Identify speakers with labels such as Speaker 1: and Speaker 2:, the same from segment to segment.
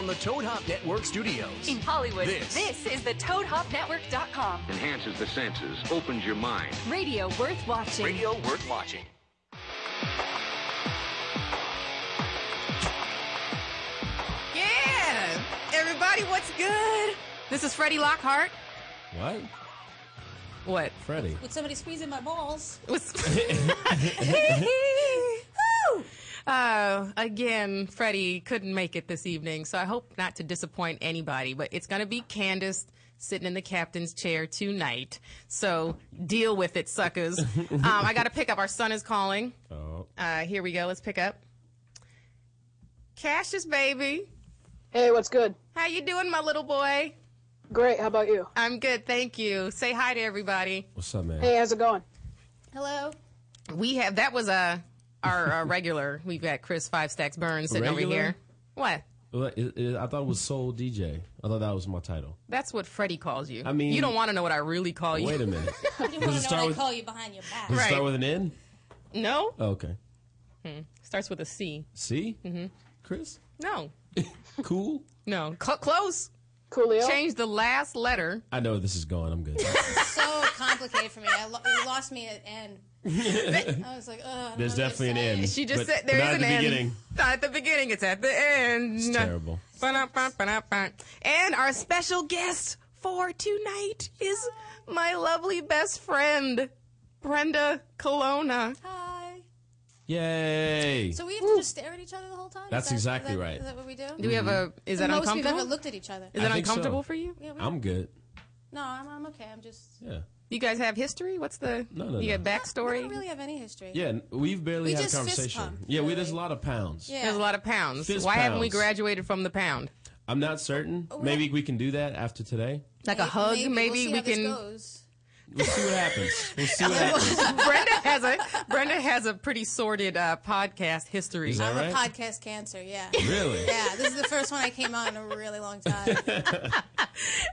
Speaker 1: From the Toad Hop Network studios.
Speaker 2: In Hollywood,
Speaker 1: This.
Speaker 2: is the ToadHopNetwork.com.
Speaker 3: enhances the senses, opens your mind.
Speaker 2: Radio worth watching.
Speaker 1: Radio worth watching.
Speaker 4: Yeah! Everybody, what's good? This is Freddie Lockhart.
Speaker 5: What?
Speaker 4: What?
Speaker 5: Freddy.
Speaker 6: With somebody squeezing my balls.
Speaker 4: Was- Woo! Uh, again, Freddie couldn't make it this evening, so I hope not to disappoint anybody, but it's going to be Candace sitting in the captain's chair tonight. So deal with it, suckers. um, I got to pick up. Our son is calling.
Speaker 5: Oh.
Speaker 4: Uh, here we go. Let's pick up. Cassius, baby.
Speaker 7: Hey, what's good?
Speaker 4: How you doing, my little boy?
Speaker 7: Great. How about you?
Speaker 4: I'm good, thank you. Say hi to everybody.
Speaker 5: What's up, man?
Speaker 7: Hey, how's it going?
Speaker 6: Hello.
Speaker 4: We have that was uh, our uh, regular. We've got Chris Five Stacks Burns sitting
Speaker 5: Regular?
Speaker 4: over here. What?
Speaker 5: Well, it- it- I thought it was Soul DJ. I thought that was my title.
Speaker 4: That's what Freddie calls you.
Speaker 5: I mean-
Speaker 4: you don't want to know what I really call you.
Speaker 5: Wait a minute.
Speaker 6: You
Speaker 5: Does
Speaker 6: didn't want
Speaker 5: it
Speaker 6: to
Speaker 5: start
Speaker 6: know
Speaker 5: with-
Speaker 6: they call you behind your back.
Speaker 5: Does it
Speaker 4: Right.
Speaker 5: start with an N?
Speaker 4: No,
Speaker 5: Oh, okay.
Speaker 4: starts with a C.
Speaker 5: See? Mm-hmm. Chris?
Speaker 4: No,
Speaker 5: Cool?
Speaker 4: no, Cl- close.
Speaker 7: Coolio.
Speaker 4: Change the last letter.
Speaker 5: I know where this is going. I'm good.
Speaker 6: So complicated for me. I lo- you lost me at N. I was like, ugh. I don't
Speaker 5: There's
Speaker 6: know what
Speaker 5: definitely an
Speaker 6: to say.
Speaker 5: N.
Speaker 4: She just
Speaker 5: But-
Speaker 4: said there is
Speaker 5: but not
Speaker 4: an
Speaker 5: at the
Speaker 4: end.
Speaker 5: beginning.
Speaker 4: Not at the beginning. It's at the end.
Speaker 5: It's terrible.
Speaker 4: Ba-da-ba-ba-da-ba. And our special guest for tonight is my lovely best friend, Brenda Colonna.
Speaker 6: Hi.
Speaker 5: Yay!
Speaker 6: So we have to just stare at each other the whole time? Is
Speaker 5: That's
Speaker 6: that- is
Speaker 5: exactly
Speaker 6: that-
Speaker 5: right.
Speaker 6: Is that what we do?
Speaker 4: Do we have a? Is that
Speaker 6: Mm-hmm. Most
Speaker 4: uncomfortable?
Speaker 6: we've ever looked at each other.
Speaker 4: is
Speaker 5: I
Speaker 4: that
Speaker 5: think so.
Speaker 4: uncomfortable for you?
Speaker 6: Yeah, we-
Speaker 5: I'm good.
Speaker 6: no, I'm, I'm okay. I'm just.
Speaker 5: Yeah.
Speaker 4: You guys have history? What's the?
Speaker 5: No, no,
Speaker 4: You
Speaker 5: no.
Speaker 4: got
Speaker 6: I
Speaker 4: backstory?
Speaker 6: don't really have any history.
Speaker 5: Yeah, n- we've barely
Speaker 6: We
Speaker 5: had
Speaker 6: just
Speaker 5: a
Speaker 6: fist
Speaker 5: conversation.
Speaker 6: pumped,
Speaker 5: yeah, we
Speaker 6: really.
Speaker 5: there's a lot of pounds.
Speaker 6: Yeah.
Speaker 4: There's a lot of pounds.
Speaker 5: Fist
Speaker 4: Why haven't we
Speaker 5: pounds.
Speaker 4: graduated from the pound?
Speaker 5: I'm not certain.
Speaker 6: Oh,
Speaker 5: Maybe we can do that after today.
Speaker 4: Like a hug? Maybe,
Speaker 6: we'll see
Speaker 4: we
Speaker 6: how this
Speaker 4: can.
Speaker 6: goes.
Speaker 5: We'll see what happens. We'll see what happens.
Speaker 4: Brenda has a Brenda has a pretty sordid uh, podcast history.
Speaker 5: Is that right?
Speaker 6: I'm a podcast cancer, yeah.
Speaker 5: Really?
Speaker 6: Yeah, this is the first one I came on in a really long time.
Speaker 4: Uh,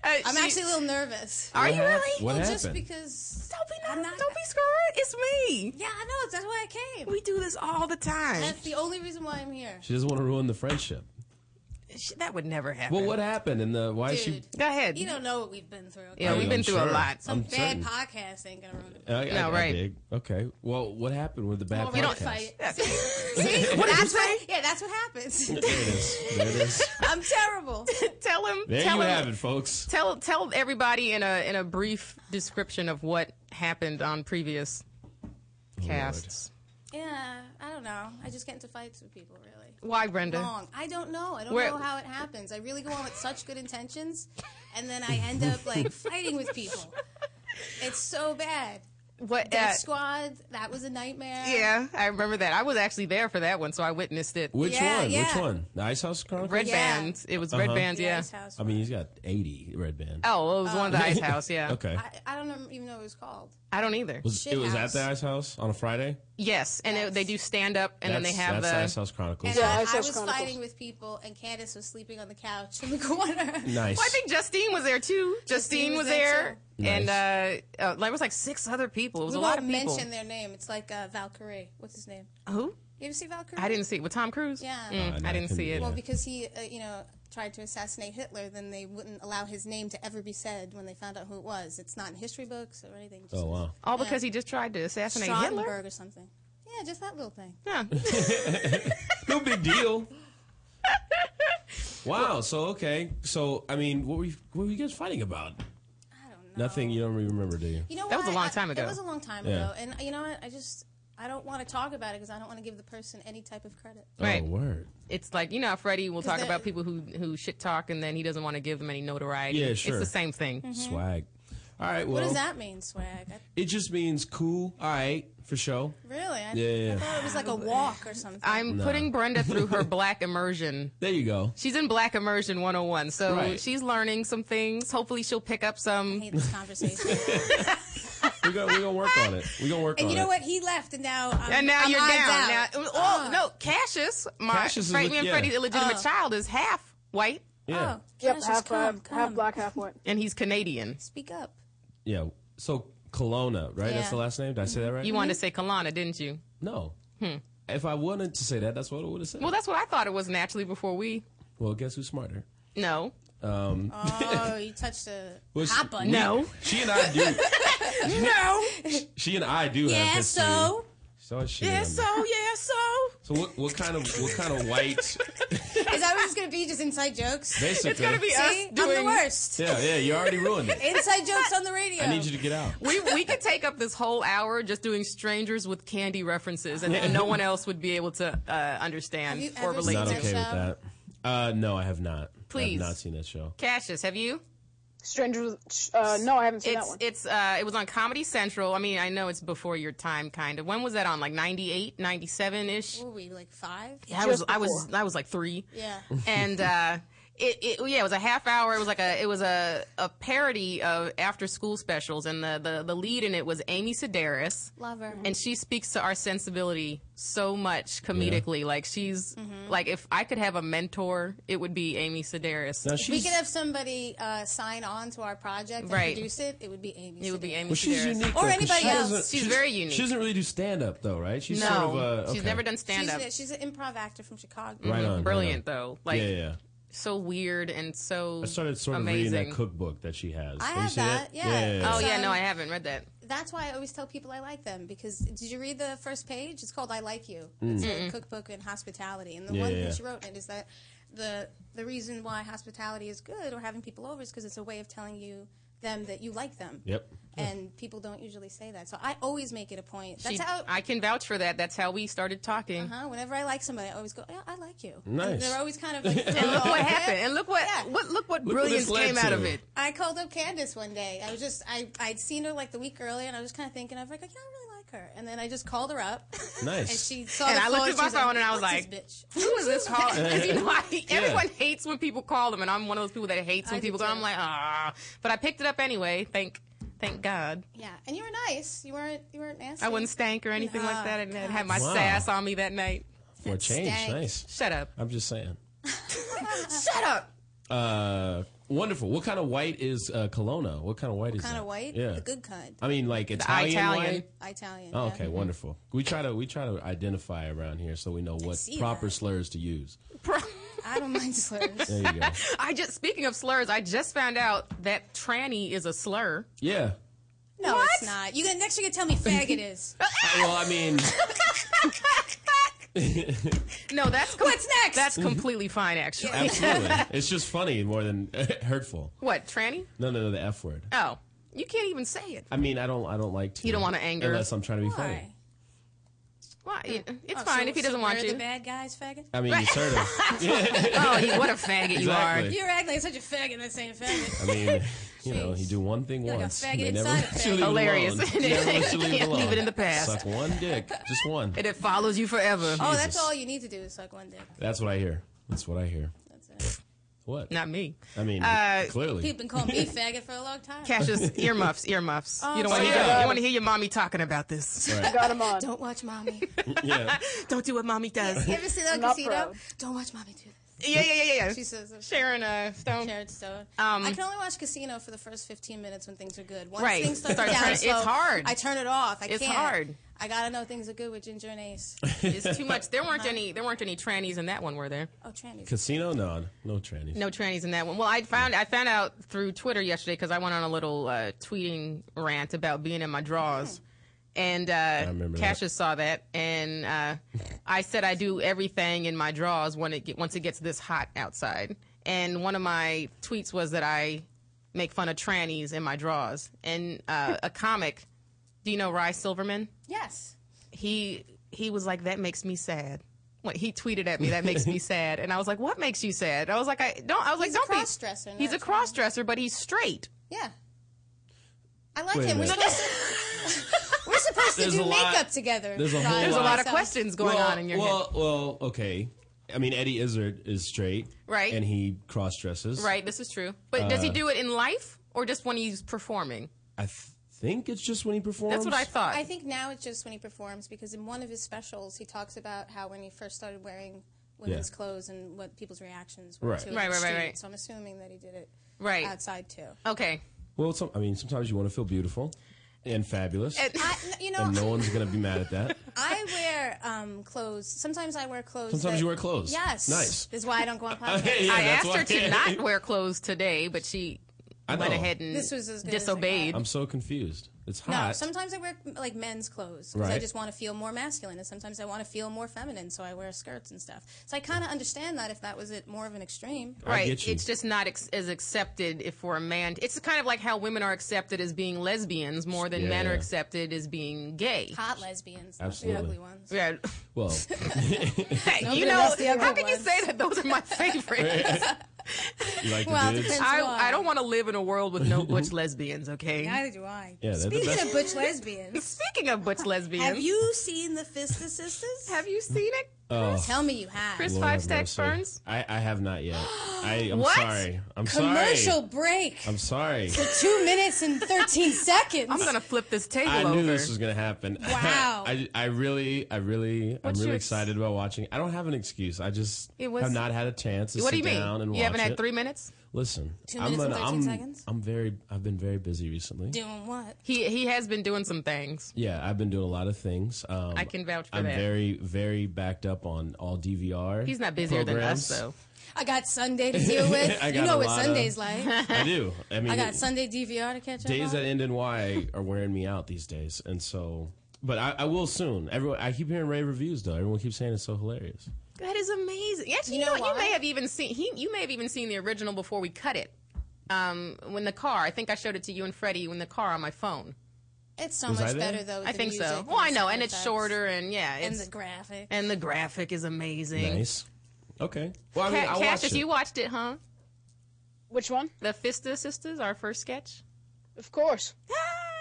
Speaker 6: I'm
Speaker 4: she-
Speaker 6: actually a little nervous.
Speaker 4: Are
Speaker 5: What
Speaker 4: you
Speaker 5: hap-
Speaker 4: really?
Speaker 5: What
Speaker 6: well,
Speaker 5: happened?
Speaker 6: just because.
Speaker 4: Don't be
Speaker 6: I'm
Speaker 4: nervous.
Speaker 6: not-
Speaker 4: Don't be scared. It's me.
Speaker 6: Yeah, I know. That's why I came.
Speaker 4: We do this all the time.
Speaker 6: That's the only reason why I'm here.
Speaker 5: she doesn't want to ruin the friendship.
Speaker 4: Sh- That would never happen.
Speaker 5: Well, what happened? And the why is she?
Speaker 6: Dude,
Speaker 4: Go ahead.
Speaker 6: you don't know what we've been through. okay?
Speaker 4: yeah, we've
Speaker 5: I'm
Speaker 4: been through
Speaker 5: sure.
Speaker 4: a lot.
Speaker 6: Some
Speaker 5: I'm
Speaker 6: bad
Speaker 5: certain.
Speaker 6: podcast ain't gonna ruin it.
Speaker 5: I, I-
Speaker 4: No,
Speaker 5: I
Speaker 4: right.
Speaker 5: dig. Okay. Well, what happened with the bad
Speaker 6: We're gonna
Speaker 5: podcast?
Speaker 6: fight.
Speaker 4: Yeah.
Speaker 6: See? See?
Speaker 4: What did you
Speaker 6: that's
Speaker 4: say?
Speaker 6: what, yeah, that's what happens.
Speaker 5: There it is. There it is.
Speaker 6: I'm terrible.
Speaker 4: tell him.
Speaker 5: There
Speaker 4: tell
Speaker 5: you
Speaker 4: him.
Speaker 5: have it, folks.
Speaker 4: Tell tell everybody in a in a brief description of what happened on previous
Speaker 5: Oh,
Speaker 4: casts.
Speaker 6: Yeah, I don't know. I just get into fights with people, really.
Speaker 4: Why, Brenda?
Speaker 6: Long. I don't know. I don't
Speaker 4: Where-
Speaker 6: know how it happens. I really go on with such good intentions, and then I end up like fighting with people. It's so bad.
Speaker 4: What?
Speaker 6: Death
Speaker 4: uh,
Speaker 6: Squad. That was a nightmare.
Speaker 4: yeah, I remember that. I was actually there for that one, so I witnessed it.
Speaker 5: Which
Speaker 6: Yeah,
Speaker 5: one? Which
Speaker 6: yeah.
Speaker 5: one? The Ice House Chronicles.
Speaker 4: Red
Speaker 6: Yeah.
Speaker 4: bands. It was red
Speaker 5: Uh-huh.
Speaker 4: bands.
Speaker 6: The
Speaker 4: Yeah.
Speaker 6: Ice House.
Speaker 5: I mean, he's got eighty red band.
Speaker 4: Oh, well, it was one of the ice house. Yeah.
Speaker 5: Okay.
Speaker 6: I, I don't even know what it was called.
Speaker 4: I don't either.
Speaker 5: was
Speaker 6: Shit
Speaker 5: it was
Speaker 6: House.
Speaker 5: at the Ice House on a Friday?
Speaker 4: yes, and it- they do stand up, and then they
Speaker 5: That's-
Speaker 4: have uh,
Speaker 5: that's
Speaker 4: the.
Speaker 5: Ice House Chronicles.
Speaker 6: And
Speaker 7: Yeah,
Speaker 6: I,
Speaker 7: Ice
Speaker 6: I
Speaker 7: House
Speaker 6: was
Speaker 7: Chronicles.
Speaker 6: fighting with people, and Candace was sleeping on the couch in the corner.
Speaker 5: Nice.
Speaker 4: Well, I think Justine was there too. Justine,
Speaker 6: Justine
Speaker 4: was,
Speaker 6: was
Speaker 4: there,
Speaker 6: there,
Speaker 4: and
Speaker 5: too.
Speaker 4: uh, uh, there was like six other people. It was
Speaker 6: We
Speaker 4: a lot
Speaker 6: won't
Speaker 4: of people.
Speaker 6: mention their name. It's like uh, Valkyrie. What's his name?
Speaker 4: Who?
Speaker 6: You ever see Valkyrie?
Speaker 4: I didn't see it with Tom Cruise. Mm,
Speaker 6: Yeah.
Speaker 5: Oh, I know,
Speaker 4: I didn't
Speaker 5: couldn't
Speaker 4: see
Speaker 5: do
Speaker 4: it.
Speaker 5: that.
Speaker 6: Well, because he, uh, you know, tried to assassinate Hitler, then they wouldn't allow his name to ever be said when they found out who it was. It's not in history books or anything. Just
Speaker 5: Oh wow.
Speaker 4: All because he just tried to assassinate Hitler.
Speaker 6: Strassenberg or something. Yeah, just that little thing.
Speaker 4: Yeah.
Speaker 5: Oh, No big deal. wow. So okay. So I mean, what were you, what were you guys fighting about?
Speaker 6: I don't know.
Speaker 5: Nothing. You don't even remember, do you?
Speaker 6: You know
Speaker 4: That was
Speaker 6: what?
Speaker 4: a long
Speaker 6: I-
Speaker 4: time ago.
Speaker 6: That was a long time
Speaker 5: Yeah.
Speaker 6: ago, and uh, you know what? I just I don't want to talk about it because I don't want to give the person any type of credit.
Speaker 4: Right. Mm-hmm.
Speaker 5: Oh, word.
Speaker 4: it's like you know, how Freddie will talk
Speaker 6: they're-
Speaker 4: about people who who shit talk, and then he doesn't want to give them any notoriety.
Speaker 5: Yeah,
Speaker 4: It's
Speaker 5: sure.
Speaker 4: the same thing.
Speaker 5: Swag. All right. Well,
Speaker 6: What does that mean, swag? I,
Speaker 5: It just means cool. All right, for sure.
Speaker 6: really?
Speaker 5: Yeah,
Speaker 6: I,
Speaker 5: yeah, yeah.
Speaker 6: I thought it was like a walk or something.
Speaker 4: I'm putting Brenda through her black immersion.
Speaker 5: There you go.
Speaker 4: She's in Black Immersion 101, so
Speaker 5: Right.
Speaker 4: she's learning some things. Hopefully, she'll pick up
Speaker 6: I
Speaker 4: some.
Speaker 6: hate this conversation.
Speaker 5: We're gonna, we're gonna work on it. We're gonna work
Speaker 6: and
Speaker 5: on
Speaker 6: you know
Speaker 5: it.
Speaker 6: what? He left, and now I'm,
Speaker 4: And now
Speaker 6: I'm
Speaker 4: you're
Speaker 6: eyes
Speaker 4: down. Now,
Speaker 6: out.
Speaker 4: oh no, Cassius, my
Speaker 5: Cassius is
Speaker 4: Fre-
Speaker 5: with-
Speaker 4: me and
Speaker 5: yeah.
Speaker 4: Freddie's illegitimate child is half white,
Speaker 5: Yeah.
Speaker 6: Oh,
Speaker 7: yep,
Speaker 6: Josh,
Speaker 7: half,
Speaker 6: just come,
Speaker 7: uh,
Speaker 6: come.
Speaker 7: half black, half white.
Speaker 4: and he's Canadian.
Speaker 6: Speak up.
Speaker 5: Yeah. So Kelowna, right? That's
Speaker 6: Yeah.
Speaker 5: the last name. Did I say that right?
Speaker 4: You wanted to say Kalana, didn't you?
Speaker 6: Hmm.
Speaker 5: no. If I wanted to say that, that's what I would have said.
Speaker 4: Well, that's what I thought it was naturally before we
Speaker 5: Well, guess who's smarter?
Speaker 4: No.
Speaker 6: Oh, you touched the
Speaker 5: Was-
Speaker 6: hot button.
Speaker 4: No.
Speaker 5: She and I do.
Speaker 6: No.
Speaker 5: She and I do have
Speaker 6: Yeah,
Speaker 5: history.
Speaker 6: so.
Speaker 5: So is she.
Speaker 6: Yeah,
Speaker 5: and
Speaker 6: so.
Speaker 5: I.
Speaker 6: Yeah, so.
Speaker 5: So what? What kind of? What kind of white?
Speaker 6: Is that what it's going to be? Just inside jokes?
Speaker 5: Basically,
Speaker 4: It's gonna be us
Speaker 6: See? I'm the
Speaker 4: doing-
Speaker 6: worst.
Speaker 5: Yeah, yeah. You already ruined it.
Speaker 6: Inside jokes on the radio.
Speaker 5: I need you to get out.
Speaker 4: We, we could take up this whole hour just doing strangers with candy references, and then no one else would be able to uh, understand
Speaker 6: Have you
Speaker 4: or
Speaker 6: ever
Speaker 4: relate
Speaker 5: Not
Speaker 6: seen
Speaker 4: to.
Speaker 6: that
Speaker 5: okay with
Speaker 6: show?
Speaker 5: that. Uh, no, I have not.
Speaker 4: Please.
Speaker 5: I have not seen that show.
Speaker 4: Cassius, have you?
Speaker 7: Strangers. Uh, no, I haven't seen that
Speaker 4: It's
Speaker 7: one.
Speaker 4: it's uh, it was on Comedy Central. I mean, I know it's before your time, kind of. When was that on? Like 98, 97 ish.
Speaker 6: What were we, like five?
Speaker 4: I was
Speaker 7: Just
Speaker 4: I was I was like three.
Speaker 6: Yeah.
Speaker 4: and uh, it, it yeah, it was a half hour. It was like a it was a, a parody of after school specials, and the, the the lead in it was Amy Sedaris,
Speaker 6: Love her.
Speaker 4: and she speaks to our sensibility so much comedically. Like she's
Speaker 6: Mm-hmm.
Speaker 4: like if I could have a mentor, it would be Amy Sedaris.
Speaker 5: Now
Speaker 6: we
Speaker 5: she's
Speaker 6: could have somebody uh, sign on to our project and
Speaker 4: Right.
Speaker 6: produce it. It would be Amy.
Speaker 4: it would be
Speaker 6: Sedaris.
Speaker 4: Amy.
Speaker 5: well, she's
Speaker 4: Sedaris.
Speaker 5: unique. though,
Speaker 6: Or
Speaker 5: 'cause
Speaker 6: anybody
Speaker 5: she
Speaker 6: else.
Speaker 5: doesn't-
Speaker 4: She's very unique.
Speaker 5: She doesn't really do stand up though, right? She's
Speaker 4: No,
Speaker 5: sort of a.
Speaker 4: she's
Speaker 5: okay.
Speaker 4: never done
Speaker 6: She's,
Speaker 4: stand up.
Speaker 6: a- she's an improv actor from Chicago.
Speaker 5: Right on.
Speaker 4: Brilliant
Speaker 5: right on.
Speaker 4: though, like
Speaker 5: yeah, yeah, yeah.
Speaker 4: so weird and so.
Speaker 5: I started sort of
Speaker 4: amazing.
Speaker 5: reading that cookbook that she has.
Speaker 6: I
Speaker 5: Have you
Speaker 6: have
Speaker 5: seen
Speaker 6: that, yeah.
Speaker 5: yeah, yeah.
Speaker 4: Oh
Speaker 6: So-
Speaker 4: yeah, no, I haven't read that.
Speaker 6: That's why I always tell people I like them because did you read the first page? It's called "I Like You." It's a cookbook in hospitality, and the
Speaker 5: Hmm. Yeah,
Speaker 6: one
Speaker 5: yeah.
Speaker 6: thing she wrote in it is that the the reason why hospitality is good or having people over is because it's a way of telling you them that you like them.
Speaker 5: Yep.
Speaker 6: And people don't usually say that, so I always make it a point. That's
Speaker 4: She-
Speaker 6: how Uh-huh.
Speaker 4: I can vouch for that. That's how we started talking.
Speaker 6: Huh? Whenever I like somebody, I always go, "Yeah, I like you." And
Speaker 5: Nice.
Speaker 6: they're always kind of like, "Oh,
Speaker 4: And look what happened. And look what
Speaker 6: Yeah.
Speaker 4: what look what
Speaker 5: Look what
Speaker 4: brilliance
Speaker 5: this led
Speaker 4: came out of
Speaker 5: to.
Speaker 4: it.
Speaker 6: I called up Candace one day. I was just I I'd seen her like the week earlier, and I was kind of thinking, I was like, "Yeah, I really like her." And then I just called her up.
Speaker 5: Nice.
Speaker 6: and she saw
Speaker 4: And
Speaker 6: the
Speaker 4: I looked
Speaker 6: photo,
Speaker 4: at my
Speaker 6: she's like,
Speaker 4: phone and I was
Speaker 6: "What's
Speaker 4: like,
Speaker 6: this bitch.
Speaker 4: Who is this calling? 'Cause, you know, I, everyone hates when people call them, and I'm one of those people that hates when
Speaker 6: I do
Speaker 4: people call.
Speaker 6: too.
Speaker 4: I'm like, ah. But I picked it up anyway. Thank, thank God.
Speaker 6: Yeah, and you were nice. You weren't you weren't nasty.
Speaker 4: I wasn't stank or anything like that, and I had my
Speaker 5: Wow.
Speaker 4: sass on me that night.
Speaker 5: For a change,
Speaker 6: stank.
Speaker 5: nice.
Speaker 4: Shut up.
Speaker 5: I'm just saying.
Speaker 4: Shut up.
Speaker 5: Uh, wonderful. What kind of white is uh, Kelowna? What kind of white is
Speaker 6: kind
Speaker 5: that?
Speaker 6: of white.
Speaker 5: Yeah.
Speaker 6: The good kind.
Speaker 5: I mean, like Italian.
Speaker 4: Italian.
Speaker 5: white?
Speaker 6: Italian.
Speaker 5: Oh,
Speaker 6: yeah. Mm-hmm.
Speaker 5: okay, wonderful. We try to we try to identify around here so we know what
Speaker 6: see
Speaker 5: proper
Speaker 6: that.
Speaker 5: slurs to use.
Speaker 6: I don't mind slurs.
Speaker 5: There you go.
Speaker 4: I just speaking of slurs, I just found out that tranny is a slur.
Speaker 5: yeah.
Speaker 6: No, it's not. You gonna next you gonna tell me faggot is.
Speaker 5: Well, I mean,
Speaker 4: No, that's com-
Speaker 6: What's next? Mm-hmm.
Speaker 4: That's completely fine, actually.
Speaker 5: absolutely. It's just funny more than hurtful.
Speaker 4: What tranny?
Speaker 5: No, no, no, the F word.
Speaker 4: Oh, you can't even say it.
Speaker 5: I mean, I don't I don't like to.
Speaker 4: You don't wanna anger.
Speaker 5: unless I'm trying to be funny.
Speaker 6: Why?
Speaker 4: Why? It's
Speaker 6: Oh,
Speaker 4: fine
Speaker 6: so-
Speaker 4: if he doesn't
Speaker 6: so
Speaker 4: want
Speaker 6: we're
Speaker 4: you.
Speaker 6: The bad guys, faggot.
Speaker 5: I mean, sort of.
Speaker 4: Oh, you, what a faggot you are.
Speaker 5: Exactly.
Speaker 6: You're acting like such a faggot. That's saying faggot.
Speaker 5: I mean, you know, you do one thing
Speaker 6: You're like a
Speaker 5: once,
Speaker 6: faggot
Speaker 5: they never
Speaker 6: inside
Speaker 5: let
Speaker 6: a faggot.
Speaker 5: you leave it
Speaker 4: Hilarious.
Speaker 5: alone. They never let you leave it
Speaker 4: Can't
Speaker 5: alone.
Speaker 4: leave it in the past.
Speaker 5: Suck one dick, just one.
Speaker 4: And it follows you forever.
Speaker 6: Oh,
Speaker 5: Jesus.
Speaker 6: that's all you need to do is suck one dick.
Speaker 5: That's what I hear. That's what I hear.
Speaker 6: That's it.
Speaker 5: What?
Speaker 4: Not me.
Speaker 5: I mean,
Speaker 4: Uh,
Speaker 5: clearly.
Speaker 6: People been calling me faggot for a long time.
Speaker 4: Cassius, earmuffs, earmuffs. you don't want to
Speaker 5: sorry.
Speaker 4: hear, you want to hear your mommy talking about this.
Speaker 5: Right.
Speaker 7: Got him on.
Speaker 6: Don't watch mommy.
Speaker 5: yeah.
Speaker 4: Don't do what mommy does.
Speaker 6: you ever see that
Speaker 7: Not
Speaker 6: casino?
Speaker 7: proud.
Speaker 6: Don't watch mommy do this.
Speaker 4: yeah, yeah, yeah, yeah.
Speaker 6: She
Speaker 4: yeah.
Speaker 6: says that.
Speaker 4: Sharon uh, Stone.
Speaker 6: Jared Stone.
Speaker 4: Um,
Speaker 6: I can only watch Casino for the first 15 minutes when things are good. Once
Speaker 4: Right.
Speaker 6: things start,
Speaker 4: Start
Speaker 6: to down
Speaker 4: turning- it's
Speaker 6: slow,
Speaker 4: hard.
Speaker 6: I turn it off. I
Speaker 4: It's
Speaker 6: can't.
Speaker 4: hard.
Speaker 6: I gotta know things are good with Ginger and Ace.
Speaker 4: It's too much. There weren't any. There weren't any trannies in that one, were there?
Speaker 6: Oh, trannies.
Speaker 5: Casino? No, no trannies.
Speaker 4: No trannies in that one. Well, I found I found out through Twitter yesterday because I went on a little uh, tweeting rant about being in my drawers, and uh,
Speaker 5: remember that.
Speaker 4: Cassius saw that, and uh, I said I do everything in my drawers when it get, once it gets this hot outside. And one of my tweets was that I make fun of trannies in my drawers, and uh, a comic. Do you know Rye Silverman?
Speaker 6: Yes.
Speaker 4: he he was like that makes me sad when he tweeted at me that makes me sad and i was like what makes you sad i was like i don't i was
Speaker 6: He's a
Speaker 4: like don't
Speaker 6: cross-dresser,
Speaker 4: be
Speaker 6: no,
Speaker 4: he's a
Speaker 6: it's fine.
Speaker 4: cross dresser but he's straight
Speaker 6: Yeah. I like
Speaker 5: Wait a
Speaker 6: him. We're
Speaker 5: minute.
Speaker 6: supposed, to, we're supposed to
Speaker 5: There's a
Speaker 6: do
Speaker 5: lot-
Speaker 6: makeup together.
Speaker 5: there's a whole
Speaker 6: Right.
Speaker 4: there's a
Speaker 5: Wow.
Speaker 4: lot of
Speaker 6: So-
Speaker 4: questions going
Speaker 5: well,
Speaker 4: on in your
Speaker 5: well,
Speaker 4: head
Speaker 5: well, okay. I mean, Eddie Izzard is straight,
Speaker 4: Right.
Speaker 5: And he cross dresses,
Speaker 4: right this is true
Speaker 5: uh,
Speaker 4: but does he do it in life or just when he's performing
Speaker 5: I th- think it's just when he performs.
Speaker 4: that's what i thought
Speaker 6: I think now it's just when he performs because in one of his specials he talks about how when he first started wearing women's
Speaker 5: Yeah.
Speaker 6: clothes and what people's reactions were
Speaker 5: Right.
Speaker 6: to it.
Speaker 4: Right,
Speaker 6: as
Speaker 4: right,
Speaker 6: a
Speaker 4: right,
Speaker 6: student.
Speaker 4: right.
Speaker 6: So I'm assuming that he did it
Speaker 4: Right.
Speaker 6: outside too.
Speaker 4: okay
Speaker 5: Well, some, I mean, sometimes you want to feel beautiful and fabulous,
Speaker 4: And-
Speaker 6: I, you know,
Speaker 5: and no one's gonna be mad at that.
Speaker 6: I wear um, clothes. Sometimes I wear clothes.
Speaker 5: Sometimes
Speaker 6: that-
Speaker 5: you wear clothes.
Speaker 6: Yes.
Speaker 5: Nice.
Speaker 6: This is why I don't go on podcasts.
Speaker 5: Hey, yeah,
Speaker 4: I
Speaker 5: that's
Speaker 4: asked
Speaker 5: why-
Speaker 4: her to not wear clothes today, but she
Speaker 5: I
Speaker 4: went
Speaker 5: know.
Speaker 4: ahead and
Speaker 6: This was as good as it
Speaker 4: disobeyed.
Speaker 5: I'm so confused. It's hot.
Speaker 6: No, sometimes I wear like men's clothes because I
Speaker 5: Right.
Speaker 6: just want to feel more masculine, and sometimes I want to feel more feminine, so I wear skirts and stuff. So I kind of understand that if that was it more of an extreme.
Speaker 4: Right,
Speaker 5: get you.
Speaker 4: it's just not ex- as accepted if for a man. It's kind of like how women are accepted as being lesbians more than men are
Speaker 5: Yeah.
Speaker 4: accepted as being gay.
Speaker 6: Hot lesbians, not the
Speaker 5: Absolutely.
Speaker 6: ugly ones.
Speaker 4: Yeah,
Speaker 5: well,
Speaker 4: you know,
Speaker 7: wants the ugly
Speaker 4: how can you
Speaker 7: ones.
Speaker 4: say that those are my favorites?
Speaker 5: you like the
Speaker 6: Well, it
Speaker 5: dudes?
Speaker 6: depends
Speaker 4: I,
Speaker 6: why.
Speaker 4: I don't want to live in a world with no butch lesbians. Okay.
Speaker 8: Neither do I.
Speaker 5: Yeah, they're the
Speaker 8: Speaking
Speaker 5: best.
Speaker 8: of butch lesbians,
Speaker 4: Speaking of butch lesbians,
Speaker 8: have you seen the Fista Sisters?
Speaker 4: have you seen it?
Speaker 5: Oh.
Speaker 6: Tell me you have.
Speaker 4: Chris
Speaker 5: Lord
Speaker 4: Five
Speaker 5: have
Speaker 4: Stack
Speaker 5: mercy.
Speaker 4: Ferns.
Speaker 5: I, I have not yet. I, I'm
Speaker 4: What?
Speaker 5: sorry. I'm
Speaker 6: Commercial
Speaker 5: sorry.
Speaker 6: break.
Speaker 5: I'm sorry.
Speaker 6: Two minutes and thirteen seconds.
Speaker 4: I'm gonna flip this table
Speaker 5: I
Speaker 4: over.
Speaker 5: knew this was gonna happen.
Speaker 8: Wow.
Speaker 5: I, I really, I really,
Speaker 4: What's
Speaker 5: I'm
Speaker 4: your
Speaker 5: really
Speaker 4: ex-
Speaker 5: excited about watching. I don't have an excuse. I just
Speaker 4: It was-
Speaker 5: have not had a chance to
Speaker 4: what do
Speaker 5: sit
Speaker 4: you mean?
Speaker 5: down and
Speaker 4: you haven't
Speaker 5: watch
Speaker 4: had
Speaker 5: it.
Speaker 4: three minutes?
Speaker 5: Listen,
Speaker 6: Two
Speaker 5: I'm
Speaker 6: minutes and
Speaker 5: gonna,
Speaker 6: 13
Speaker 5: I'm,
Speaker 6: seconds?
Speaker 5: I'm very, I've been very busy recently.
Speaker 6: Doing what?
Speaker 4: He he has been doing some things.
Speaker 5: Yeah, I've been doing a lot of things. Um,
Speaker 4: I can vouch for
Speaker 5: I'm
Speaker 4: that.
Speaker 5: very, very backed up on all DVR.
Speaker 4: He's not busier than us
Speaker 5: programs.
Speaker 4: though.
Speaker 6: I got Sunday to deal with.
Speaker 5: I
Speaker 6: you
Speaker 5: got
Speaker 6: know
Speaker 5: a
Speaker 6: what
Speaker 5: lot of-
Speaker 6: Sunday's like.
Speaker 5: I do. I mean,
Speaker 6: I got Sunday DVR to catch up.
Speaker 5: days
Speaker 6: on.
Speaker 5: that end in Y are wearing me out these days, and so. But I, I will soon. Everyone, I keep hearing rave reviews though. Everyone keeps saying it's so hilarious.
Speaker 4: That is amazing. Actually, you,
Speaker 6: You
Speaker 4: know,
Speaker 6: know
Speaker 4: what? you
Speaker 6: why?
Speaker 4: may have even seen he you may have even seen the original before we cut it. Um, when the car, I think I showed it to you and Freddie in the car on my phone.
Speaker 6: It's so
Speaker 5: Was I
Speaker 6: much
Speaker 5: there?
Speaker 6: better though. with
Speaker 4: I
Speaker 6: the
Speaker 4: think
Speaker 6: music
Speaker 4: so.
Speaker 6: and
Speaker 4: Well, I
Speaker 6: the
Speaker 4: know,
Speaker 6: sound
Speaker 4: and it's
Speaker 6: effects
Speaker 4: shorter, and yeah,
Speaker 6: And
Speaker 4: it's
Speaker 6: the graphic.
Speaker 4: and the graphic is amazing.
Speaker 5: Nice. Okay. Well, I
Speaker 4: Ca-
Speaker 5: mean, I watched
Speaker 4: Cassius,
Speaker 5: it.
Speaker 4: you watched it, huh?
Speaker 7: Which one?
Speaker 4: The Fista Sisters, our first sketch.
Speaker 7: Of course.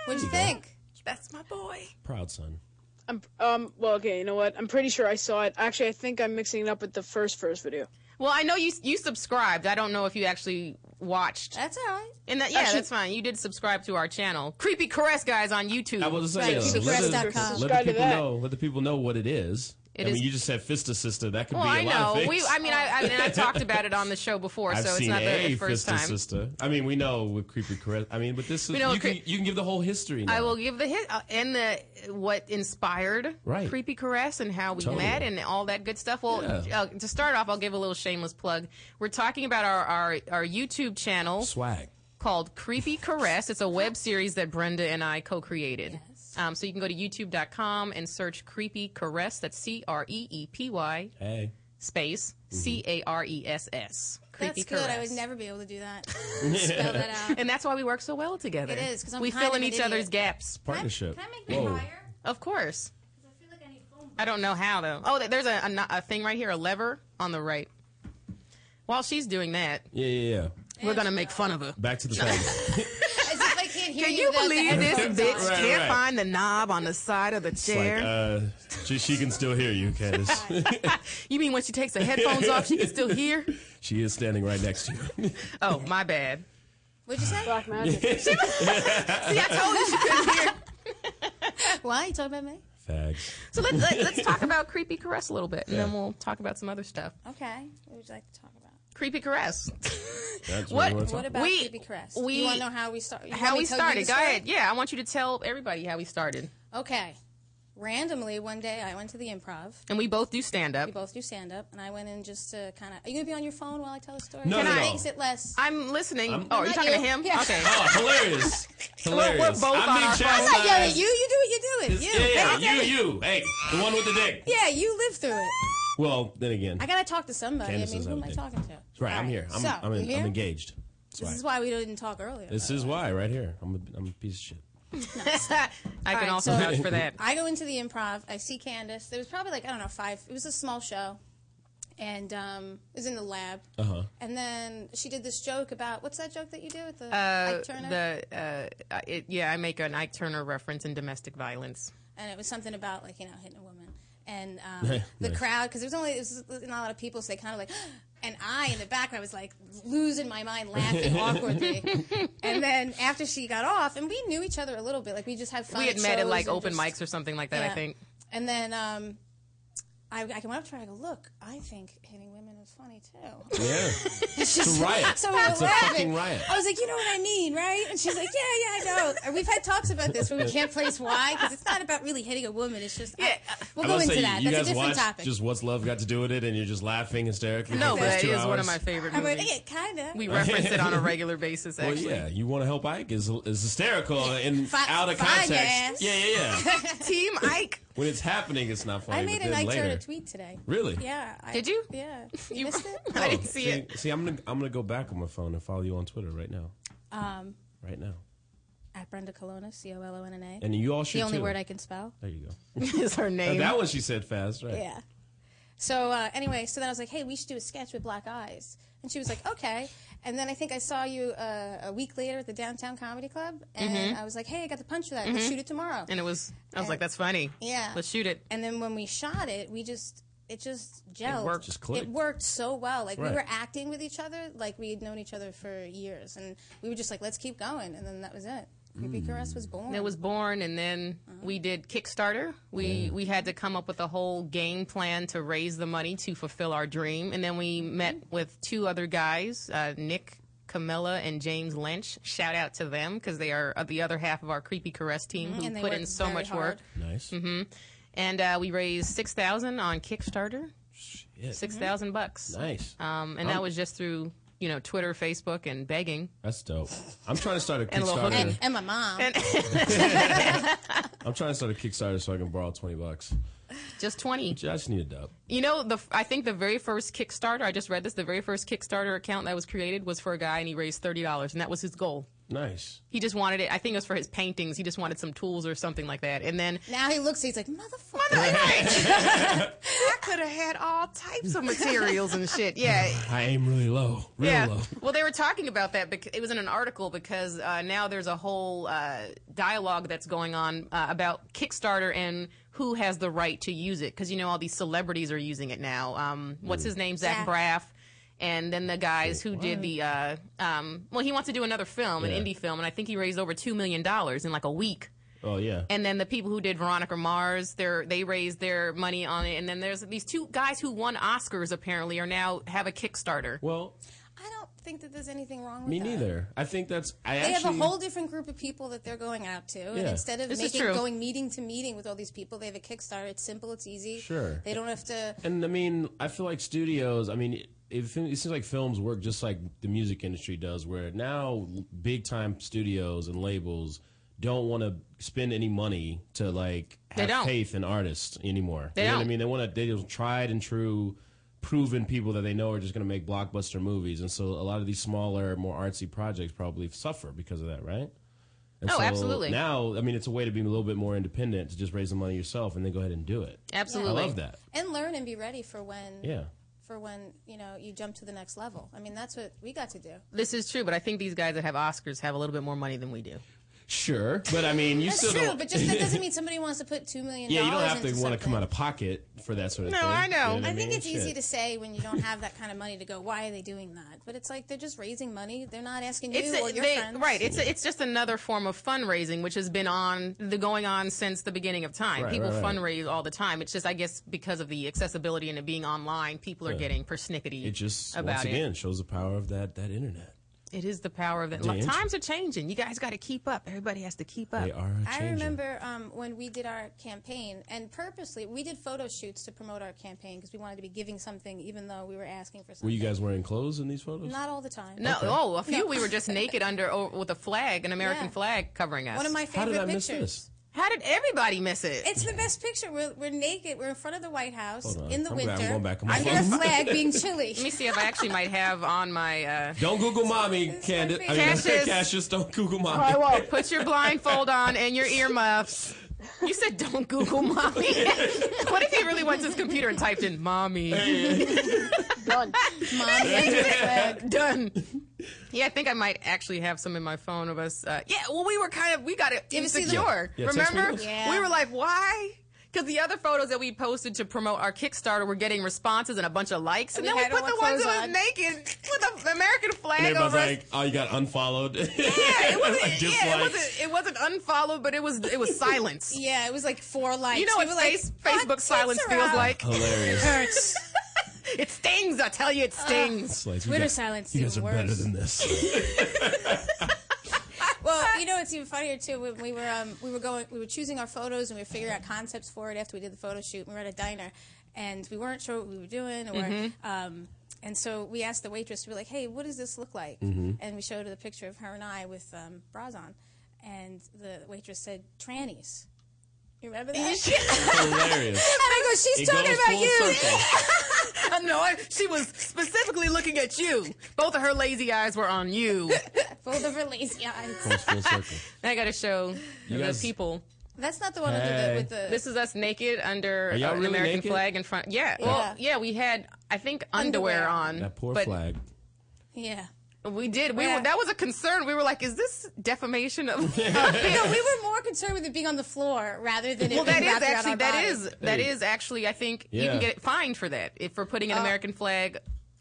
Speaker 6: What'd you think?
Speaker 4: That's my boy.
Speaker 5: Proud son.
Speaker 7: I'm um. Well, okay. You know what? I'm pretty sure I saw it. Actually, I think I'm mixing it up with the first first video.
Speaker 4: Well, I know you you subscribed. I don't know if you actually watched.
Speaker 6: That's all right.
Speaker 4: And that, yeah,
Speaker 7: Actually-
Speaker 4: that's fine. You did subscribe to our channel, Creepy Caress Guys on YouTube.
Speaker 5: I was
Speaker 6: Right,
Speaker 5: saying,
Speaker 6: keep it
Speaker 5: let,
Speaker 6: correct dot
Speaker 5: the,
Speaker 6: com.
Speaker 5: let the
Speaker 7: Subscribe to
Speaker 5: people
Speaker 7: that.
Speaker 5: know. Let the people know what it is.
Speaker 4: It
Speaker 5: I
Speaker 4: is-
Speaker 5: mean, you just said Fista Sister. That could
Speaker 4: well,
Speaker 5: be a
Speaker 4: I
Speaker 5: lot
Speaker 4: know.
Speaker 5: of
Speaker 4: We,
Speaker 5: things.
Speaker 4: I mean, I, I mean, I talked about it on the show before,
Speaker 5: I've
Speaker 4: so it's
Speaker 5: seen
Speaker 4: not the
Speaker 5: a
Speaker 4: first
Speaker 5: Fista
Speaker 4: time.
Speaker 5: Sister. I mean, we know with creepy correct. I mean, but this is
Speaker 4: know
Speaker 5: you,
Speaker 4: what
Speaker 5: can,
Speaker 4: cre-
Speaker 5: you can give the whole history. Now.
Speaker 4: I will give the hit uh, and the what inspired
Speaker 5: Right.
Speaker 4: Creepy Caress and how we
Speaker 5: Totally.
Speaker 4: met and all that good stuff. Well,
Speaker 5: Yeah.
Speaker 4: uh, to start off, I'll give a little shameless plug. We're talking about our our, our YouTube channel
Speaker 5: swag.
Speaker 4: called Creepy Caress. It's a web series that Brenda and I co-created. Um, so you can go to youtube.com and search Creepy Caress. That's C R E E P Y
Speaker 5: Hey,
Speaker 4: space
Speaker 5: Mm-hmm.
Speaker 4: C A R E S S. Creepy
Speaker 6: That's good.
Speaker 4: Caress.
Speaker 6: I would never be able to do that. Spell that out.
Speaker 4: and that's why we work so well together.
Speaker 6: It is, 'cause I'm
Speaker 4: we
Speaker 6: kind
Speaker 4: fill
Speaker 6: of
Speaker 4: in
Speaker 6: an
Speaker 4: each
Speaker 6: idiot.
Speaker 4: other's gaps.
Speaker 5: partnership.
Speaker 8: Can I make me
Speaker 5: Whoa.
Speaker 8: higher?
Speaker 4: Of course.
Speaker 8: Because I feel like I need phone.
Speaker 4: I don't know how though. Oh, th- there's a, a, no- a thing right here, a lever on the right. While she's doing that,
Speaker 5: Yeah, yeah, yeah.
Speaker 4: we're gonna make fun of her.
Speaker 5: Back to the thing.
Speaker 6: As if I can't hear
Speaker 4: Can
Speaker 6: you.
Speaker 4: you
Speaker 6: without the
Speaker 4: believe this
Speaker 6: headphones
Speaker 4: bitch
Speaker 6: on.
Speaker 5: Right,
Speaker 4: can't
Speaker 5: right.
Speaker 4: find the knob on the side of the
Speaker 5: It's like,
Speaker 4: chair?
Speaker 5: uh, she, she can still hear you, Candace.
Speaker 4: you mean when she takes the headphones off, she can still hear?
Speaker 5: she is standing right next to you.
Speaker 4: Oh, my bad.
Speaker 6: What'd you say?
Speaker 7: Black magic.
Speaker 4: See, I told you she couldn't hear.
Speaker 6: Why you talking about me?
Speaker 5: Fags.
Speaker 4: So let's let, let's talk about creepy caress a little bit, and then
Speaker 5: Yeah.
Speaker 4: we'll talk about some other stuff.
Speaker 6: Okay. What would you like to talk about?
Speaker 4: Creepy caress.
Speaker 5: That's
Speaker 4: What-
Speaker 5: what, what,
Speaker 6: What about
Speaker 4: We-
Speaker 6: Creepy Caress?
Speaker 4: we-
Speaker 6: you want to know how we start? you want
Speaker 4: how
Speaker 6: me
Speaker 4: we
Speaker 6: to tell you
Speaker 4: started?
Speaker 6: the
Speaker 4: Go
Speaker 6: story?
Speaker 4: ahead. Yeah, I want you to tell everybody how we started.
Speaker 6: Okay. Randomly, one day I went to the improv.
Speaker 4: And we both do stand up.
Speaker 6: We both do stand up, and I went in just to kind of. Are you gonna be on your phone while I tell the story?
Speaker 5: No,
Speaker 6: It
Speaker 5: no, no.
Speaker 6: makes it less.
Speaker 4: I'm listening. oh, are you
Speaker 6: not
Speaker 4: talking to
Speaker 6: you.
Speaker 4: him?
Speaker 6: Yeah.
Speaker 4: Okay.
Speaker 5: Oh, hilarious. Hilarious.
Speaker 4: both
Speaker 5: I'm
Speaker 4: on
Speaker 5: being
Speaker 4: our- I'm
Speaker 6: I'm not yelling at
Speaker 5: chastised.
Speaker 6: you. You do what you do. It. You.
Speaker 5: Yeah,
Speaker 6: Hey,
Speaker 5: yeah, you, you. Hey, the one with the dick.
Speaker 6: Yeah, you live through it.
Speaker 5: Well, then again,
Speaker 6: I gotta talk to somebody.
Speaker 5: Candace
Speaker 6: I mean,
Speaker 5: is
Speaker 6: who am I
Speaker 5: updated.
Speaker 6: talking to?
Speaker 5: right,
Speaker 6: All
Speaker 5: I'm here. I'm,
Speaker 6: so,
Speaker 5: I'm,
Speaker 6: you
Speaker 5: in,
Speaker 6: here?
Speaker 5: I'm engaged. That's
Speaker 6: This is
Speaker 5: why.
Speaker 6: why we didn't talk earlier.
Speaker 5: This is why, right here. I'm a, I'm a piece of shit.
Speaker 4: I can
Speaker 6: right,
Speaker 4: also
Speaker 6: so-
Speaker 4: vouch for that.
Speaker 6: I go into the improv. I see Candace. There was probably like I don't know five. It was a small show, and um, it was in the lab.
Speaker 5: Uh-huh.
Speaker 6: And then she did this joke about what's that joke that you do with the Ike Turner?
Speaker 4: The uh, uh, it, yeah, I make an Ike Turner reference in domestic violence.
Speaker 6: and it was something about like you know hitting a woman and um, the
Speaker 5: Nice.
Speaker 6: crowd because there was only it was not a lot of people so they kind of like and i in the background was like losing my mind laughing awkwardly and then after she got off and we knew each other a little bit like we just had fun
Speaker 4: We had met at
Speaker 6: shows
Speaker 4: like
Speaker 6: and
Speaker 4: open
Speaker 6: just-
Speaker 4: mics or something like that. I
Speaker 6: yeah.
Speaker 4: think.
Speaker 6: and then um I, I went up to her. I go, look, I think hitting women was funny too.
Speaker 5: Yeah.
Speaker 6: It's just
Speaker 5: a riot.
Speaker 6: So we're
Speaker 5: It's a
Speaker 6: laughing.
Speaker 5: fucking riot.
Speaker 6: I was like, you know what I mean, right? And she's like, yeah, yeah, I know. And we've had talks about this where we can't place why because it's not about really hitting a woman. It's just yeah. we'll
Speaker 5: I
Speaker 6: go
Speaker 5: must
Speaker 6: into
Speaker 5: say,
Speaker 6: that.
Speaker 5: You
Speaker 6: That's a
Speaker 5: guys
Speaker 6: different
Speaker 5: watch
Speaker 6: topic.
Speaker 5: just what's love got to do with it, and you're just laughing hysterically.
Speaker 4: No,
Speaker 5: for the
Speaker 4: but
Speaker 5: first
Speaker 4: it
Speaker 5: two
Speaker 4: is
Speaker 5: hours.
Speaker 4: one of my favorite
Speaker 6: I'm like,
Speaker 4: movies.
Speaker 6: yeah, kind of.
Speaker 4: We reference it on a regular basis,
Speaker 5: Well,
Speaker 4: actually.
Speaker 5: yeah, you want to help Ike is, is hysterical in
Speaker 6: Fi-
Speaker 5: out of
Speaker 6: fine
Speaker 5: context.
Speaker 6: ass.
Speaker 5: Yeah, yeah, yeah.
Speaker 4: Team Ike.
Speaker 5: when it's happening, it's not funny.
Speaker 6: I made
Speaker 5: but
Speaker 6: an
Speaker 5: then
Speaker 6: I
Speaker 5: later,
Speaker 6: turned a tweet today.
Speaker 5: Really?
Speaker 6: Yeah. I,
Speaker 4: Did you?
Speaker 6: Yeah. You, missed it?
Speaker 4: I didn't see
Speaker 5: see,
Speaker 4: it.
Speaker 5: see, I'm gonna I'm gonna go back on my phone and follow you on Twitter right now,
Speaker 6: Um,
Speaker 5: right now.
Speaker 6: at Brenda Colonna, C O L O N N A.
Speaker 5: And you all should.
Speaker 6: The only
Speaker 5: too.
Speaker 6: word I can spell.
Speaker 5: There you go.
Speaker 4: Is her
Speaker 5: Oh,
Speaker 4: name?
Speaker 5: that one she said fast, right?
Speaker 6: Yeah. So uh, anyway, so then I was like, hey, we should do a sketch with black eyes. And she was like, okay. And then I think I saw you uh, a week later at the Downtown Comedy Club. And I was like, hey, I got the punch for that. Let's shoot it tomorrow.
Speaker 4: Mm-hmm. and it was. I was like, that's funny.
Speaker 6: Yeah.
Speaker 4: Let's shoot it.
Speaker 6: And then when we shot it, we just it just gelled.
Speaker 4: worked.
Speaker 5: Just clicked.
Speaker 6: It worked so well. Like
Speaker 5: Right.
Speaker 6: we were acting with each other, like we had known each other for years, and we were just like, let's keep going. And then that was it. Creepy Caress was born.
Speaker 4: It Mm. was born, and then
Speaker 6: Uh-huh.
Speaker 4: we did Kickstarter. We we had to come up with a whole game plan to raise the money to fulfill our dream, and then we met with two other guys, uh, Nick. Camilla and James Lynch, shout out to them because they are uh, the other half of our Creepy Caress team
Speaker 6: Mm-hmm. And
Speaker 4: who
Speaker 6: they
Speaker 4: put in
Speaker 6: worked
Speaker 4: so
Speaker 6: very
Speaker 4: much work.
Speaker 6: hard.
Speaker 5: Nice.
Speaker 4: And uh, we raised six thousand on Kickstarter,
Speaker 5: Shit. Mm-hmm.
Speaker 4: six thousand bucks.
Speaker 5: Nice.
Speaker 4: Um, and that was just through you know Twitter, Facebook, and begging.
Speaker 5: That's dope. I'm trying to start a
Speaker 4: And a little
Speaker 5: Kickstarter.
Speaker 6: and, and my mom.
Speaker 5: I'm trying to start a Kickstarter so I can borrow twenty bucks.
Speaker 4: Just twenty.
Speaker 5: I just need a dub.
Speaker 4: You know, the I think the very first Kickstarter I just read this. The very first Kickstarter account that was created was for a guy, and he raised thirty dollars, and that was his goal.
Speaker 5: Nice.
Speaker 4: He just wanted it. I think it was for his paintings. He just wanted some tools or something like that. And then
Speaker 6: now he looks, he's like, motherfucker.
Speaker 4: I could have had all types of materials and shit. Yeah,
Speaker 5: I aim really low. Real
Speaker 4: yeah.
Speaker 5: low.
Speaker 4: Well, they were talking about that because it was in an article because uh, now there's a whole uh, dialogue that's going on uh, about Kickstarter and who has the right to use it because you know all these celebrities are using it now. Um, what's
Speaker 5: Mm.
Speaker 4: his name? Zach
Speaker 6: Zach.
Speaker 4: Braff. And then the guys who did the, uh, um, well, he wants to do another film,
Speaker 5: Yeah.
Speaker 4: an indie film, and I think he raised over $2 million in like a week.
Speaker 5: Oh yeah.
Speaker 4: And then the people who did Veronica Mars, they're, they raised their money on it. And then there's these two guys who won Oscars apparently are now have a Kickstarter.
Speaker 5: well,
Speaker 6: I don't think that there's anything wrong with
Speaker 5: me
Speaker 6: that.
Speaker 5: neither. I think that's. I
Speaker 6: They
Speaker 5: actually,
Speaker 6: have a whole different group of people that they're going out to, and
Speaker 5: Yeah.
Speaker 6: instead of
Speaker 4: This is
Speaker 6: making
Speaker 4: true.
Speaker 6: going meeting to meeting with all these people, they have a Kickstarter. It's simple, it's easy.
Speaker 5: Sure.
Speaker 6: They don't have to.
Speaker 5: And I mean, I feel like studios. I mean, it, it seems like films work just like the music industry does, where now big time studios and labels don't want to spend any money to like
Speaker 4: They
Speaker 5: have
Speaker 4: don't.
Speaker 5: faith in artists anymore.
Speaker 4: They
Speaker 5: you know what I
Speaker 4: don't.
Speaker 5: mean? They want to. They just tried and true. Proven people that they know are just going to make blockbuster movies, and so a lot of these smaller, more artsy projects probably suffer because of that, right? And
Speaker 4: Oh,
Speaker 5: so
Speaker 4: absolutely.
Speaker 5: Now, I mean, it's a way to be a little bit more independent to just raise the money yourself and then go ahead and do it. I
Speaker 4: Absolutely.
Speaker 5: love that.
Speaker 6: and learn and be ready for when
Speaker 5: Yeah.
Speaker 6: for when you know you jump to the next level. I mean, that's what we got to do.
Speaker 4: This is true, but I think these guys that have Oscars have a little bit more money than we do.
Speaker 5: Sure, but I mean, you
Speaker 6: That's
Speaker 5: still
Speaker 6: true,
Speaker 5: don't.
Speaker 6: but just that doesn't mean somebody wants to put two million.
Speaker 5: yeah, you don't have to
Speaker 6: into
Speaker 5: want to
Speaker 6: something.
Speaker 5: come out of pocket for that sort of thing.
Speaker 4: I know.
Speaker 5: You what
Speaker 6: I think
Speaker 5: mean?
Speaker 6: it's easy
Speaker 5: Shit.
Speaker 6: to say when you don't have that kind of money to go, why are they doing that? But it's like they're just raising money. They're not asking you
Speaker 4: It's
Speaker 6: or
Speaker 4: a,
Speaker 6: your
Speaker 4: they-
Speaker 6: friends.
Speaker 4: right. It's a, it's just another form of fundraising, which has been on the going on since the beginning of time.
Speaker 5: Right,
Speaker 4: people
Speaker 5: right, right.
Speaker 4: fundraise all the time. It's just I guess because of the accessibility and it being online, people are getting persnickety.
Speaker 5: It just
Speaker 4: about
Speaker 5: once again shows the power of that that internet.
Speaker 4: it. It is the power of that.
Speaker 5: Yeah, interesting.
Speaker 4: Times are changing. You guys got to keep up. Everybody has to keep up.
Speaker 5: They are a
Speaker 6: I
Speaker 5: changing.
Speaker 6: remember um, when we did our campaign, and purposely we did photo shoots to promote our campaign because we wanted to be giving something, even though we were asking for something.
Speaker 5: Were you guys wearing clothes in these photos?
Speaker 6: Not all the time.
Speaker 4: No, oh, a few we were just naked under or, with a flag, an American
Speaker 6: Yeah.
Speaker 4: flag covering us.
Speaker 6: One of my
Speaker 5: How
Speaker 6: favorite
Speaker 5: did I miss
Speaker 6: pictures.
Speaker 5: this?
Speaker 4: How did everybody miss it?
Speaker 6: It's the best picture. We're, we're naked. We're in front of the White House
Speaker 5: Hold on.
Speaker 6: in the
Speaker 5: I'm glad I'm
Speaker 6: winter
Speaker 5: going back on my
Speaker 6: under a
Speaker 5: phone.
Speaker 6: flag, being chilly.
Speaker 4: Let me see if I actually might have on my. Uh,
Speaker 5: Don't Google mommy,
Speaker 6: It's
Speaker 5: Candace.
Speaker 6: my
Speaker 5: I mean,
Speaker 4: favorite.
Speaker 5: Cassius, don't Google mommy.
Speaker 7: I won't.
Speaker 4: Put your blindfold on and your earmuffs. You said don't Google mommy. what if he really went to his computer and typed in mommy?
Speaker 6: Mom,
Speaker 7: Done.
Speaker 6: flag.
Speaker 4: Done. Yeah, I think I might actually have some in my phone of us. Uh, yeah, well, we were kind of, we got it
Speaker 6: you see
Speaker 4: insecure.
Speaker 5: Yeah, text me
Speaker 4: Remember?
Speaker 5: those.
Speaker 6: Yeah.
Speaker 4: We were like, why? Because the other photos that we posted to promote our Kickstarter were getting responses and a bunch of likes. And,
Speaker 6: And we
Speaker 4: then we
Speaker 6: had
Speaker 4: put
Speaker 6: all
Speaker 4: the
Speaker 6: our
Speaker 4: ones
Speaker 6: clothes
Speaker 4: that was
Speaker 6: on.
Speaker 4: naked with the American
Speaker 5: And
Speaker 4: flag
Speaker 5: everybody's
Speaker 4: over us.
Speaker 5: like, "Oh, you got unfollowed." Yeah,
Speaker 4: Yeah, it wasn't, yeah, it
Speaker 5: Dislike.
Speaker 4: wasn't, it wasn't unfollowed, but it was it was silence.
Speaker 6: Yeah, it was like "Oh, four likes.
Speaker 4: You know
Speaker 6: We
Speaker 4: what
Speaker 6: were
Speaker 4: face,
Speaker 6: like, "Hot
Speaker 4: Facebook
Speaker 6: tits
Speaker 4: silence
Speaker 6: are
Speaker 4: feels
Speaker 6: out."
Speaker 4: like?
Speaker 5: Hilarious.
Speaker 6: Hurts.
Speaker 4: It stings. I tell you, it stings.
Speaker 5: It's like, you
Speaker 6: Twitter
Speaker 5: guys-
Speaker 6: silence
Speaker 5: You
Speaker 6: is
Speaker 5: guys are
Speaker 6: worse.
Speaker 5: better than this.
Speaker 6: Well, you know it's even funnier too. When we were um, we were going, we were choosing our photos and we were figuring out concepts for it after we did the photo shoot. We were at a diner, and we weren't sure what we were doing, or
Speaker 4: Mm-hmm.
Speaker 6: um, and so we asked the waitress. We were like, "Hey, what does this look like?"
Speaker 4: Mm-hmm.
Speaker 6: And we showed her the picture of her and I with um, bras on, and the waitress said, "Trannies." You remember that?
Speaker 5: Hilarious.
Speaker 6: and I go, "She's talking about you."
Speaker 4: I know. I- She was specifically looking at you. Both of her lazy eyes were on you.
Speaker 6: Fold over lazy eyes.
Speaker 5: Goes full circle.
Speaker 4: I got to show
Speaker 5: You
Speaker 4: the
Speaker 5: guys-
Speaker 4: people.
Speaker 6: That's not the one
Speaker 5: Hey.
Speaker 6: with the with the
Speaker 4: This is us naked under
Speaker 5: Are y'all
Speaker 4: uh, an
Speaker 5: really
Speaker 4: American
Speaker 5: naked?
Speaker 4: flag in front. Yeah. Well, yeah, we had I think underwear,
Speaker 6: Underwear.
Speaker 4: on.
Speaker 5: That poor
Speaker 4: but
Speaker 5: flag.
Speaker 6: yeah.
Speaker 4: We did. We
Speaker 6: Yeah.
Speaker 4: were, that was a concern. We were like, is this defamation of? no,
Speaker 6: We were more concerned with it being on the floor rather than it
Speaker 4: Well,
Speaker 6: being
Speaker 4: that is
Speaker 6: wrapped around
Speaker 4: actually
Speaker 6: our
Speaker 4: that
Speaker 6: body.
Speaker 4: is that
Speaker 5: Hey.
Speaker 4: is actually I think you can
Speaker 5: Yeah.
Speaker 4: get fined for that if for putting an American flag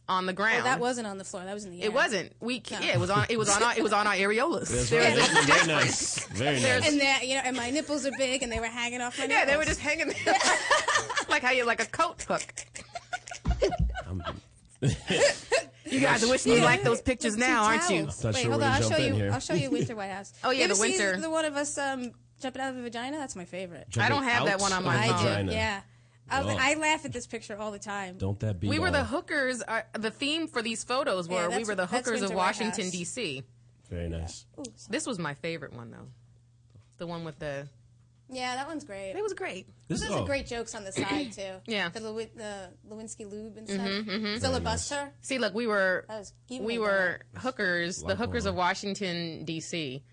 Speaker 4: on the ground.
Speaker 6: Uh, Well, that wasn't on the floor. That was in the air.
Speaker 4: It wasn't. We c yeah, it was on it was on our, it was on our areolas. There
Speaker 5: Right,
Speaker 4: was a
Speaker 5: that's Very nice. Very nice.
Speaker 6: And that you know, and my nipples are big, and they were hanging off my nipples.
Speaker 4: Yeah, they were just hanging there. like how you like a coat hook.
Speaker 5: I'm-
Speaker 4: You guys are wishing you like those pictures now, aren't you?
Speaker 5: not
Speaker 6: Wait,
Speaker 5: sure
Speaker 6: hold
Speaker 5: we're
Speaker 6: on.
Speaker 5: gonna
Speaker 6: I'll
Speaker 5: jump
Speaker 6: show
Speaker 5: in
Speaker 6: you.
Speaker 5: here.
Speaker 6: I'll show you Winter White House.
Speaker 4: Oh, yeah,
Speaker 6: you ever
Speaker 4: the winter-
Speaker 6: See the one of us um, jumping out of a vagina. That's my favorite.
Speaker 4: I don't have
Speaker 5: Jumping
Speaker 4: that
Speaker 5: out
Speaker 4: one on
Speaker 5: of
Speaker 4: my
Speaker 5: the
Speaker 4: phone.
Speaker 6: I do.
Speaker 5: vagina.
Speaker 6: Yeah. I, was-
Speaker 5: Wow.
Speaker 6: I laugh at this picture all the time.
Speaker 5: Don't that be?
Speaker 4: We were
Speaker 5: all.
Speaker 4: the hookers. Our, the theme for these photos
Speaker 6: Yeah,
Speaker 4: were we
Speaker 6: that's-
Speaker 4: were the
Speaker 6: that's
Speaker 4: hookers of
Speaker 6: Winter White
Speaker 4: Washington
Speaker 6: House.
Speaker 4: D.C.
Speaker 5: Very nice.
Speaker 4: This was my favorite one though. The one with the
Speaker 6: Yeah, that one's great.
Speaker 4: it was great.
Speaker 5: This
Speaker 6: Those
Speaker 5: oh,
Speaker 6: are great jokes on the side too.
Speaker 4: Yeah. Mm-hmm,
Speaker 6: The, Lewi- the Lewinsky lube and stuff. Filibuster.
Speaker 4: See, look, we were
Speaker 6: That was- you
Speaker 4: we
Speaker 6: made
Speaker 4: were hookers, the
Speaker 5: Lot
Speaker 4: hookers
Speaker 5: going
Speaker 4: of Washington D.C.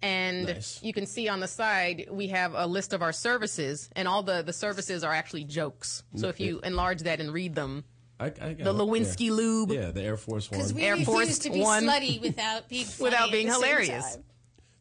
Speaker 4: And
Speaker 5: Nice.
Speaker 4: you can see on the side we have a list of our services, and all the the services are actually jokes. So if you enlarge that and read them,
Speaker 5: I, I got
Speaker 4: the
Speaker 5: it.
Speaker 4: Lewinsky
Speaker 5: Yeah.
Speaker 4: lube.
Speaker 5: Yeah, the Air Force One.
Speaker 6: Because we
Speaker 4: Air Force
Speaker 6: refuse to be
Speaker 4: One.
Speaker 6: slutty without being funny
Speaker 4: Without
Speaker 6: at
Speaker 4: being
Speaker 6: the same
Speaker 4: hilarious.
Speaker 6: time.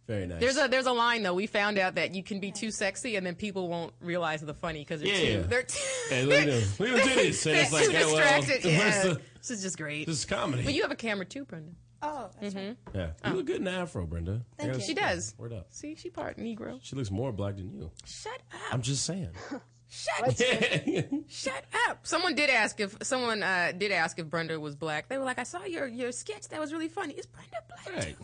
Speaker 5: Very nice.
Speaker 4: There's a there's a line though. We found out that you can be too sexy, and then people won't realize the funny because they're
Speaker 5: Yeah.
Speaker 4: too they're too,
Speaker 5: Hey, look at them. Look at them titties. And
Speaker 4: they're
Speaker 5: it's like,
Speaker 4: too
Speaker 5: yeah, well,
Speaker 4: distracted.
Speaker 5: where's
Speaker 4: yeah.
Speaker 5: the-
Speaker 4: this is just great.
Speaker 5: this is comedy.
Speaker 4: but you have a camera too, Brenda.
Speaker 6: Oh,
Speaker 4: Mm-hmm.
Speaker 6: that's right.
Speaker 5: yeah, you look good in the afro, Brenda. I
Speaker 6: Thank
Speaker 5: gotta
Speaker 6: you.
Speaker 4: She
Speaker 5: say that.
Speaker 4: does.
Speaker 5: Word up.
Speaker 4: See, she part Negro.
Speaker 5: She looks more black than you.
Speaker 4: Shut up.
Speaker 5: I'm just saying.
Speaker 4: Shut Shut up. Someone did ask if someone uh, did ask if Brenda was black. They were like, I saw your your sketch. That was really funny. Is Brenda black?
Speaker 5: Right.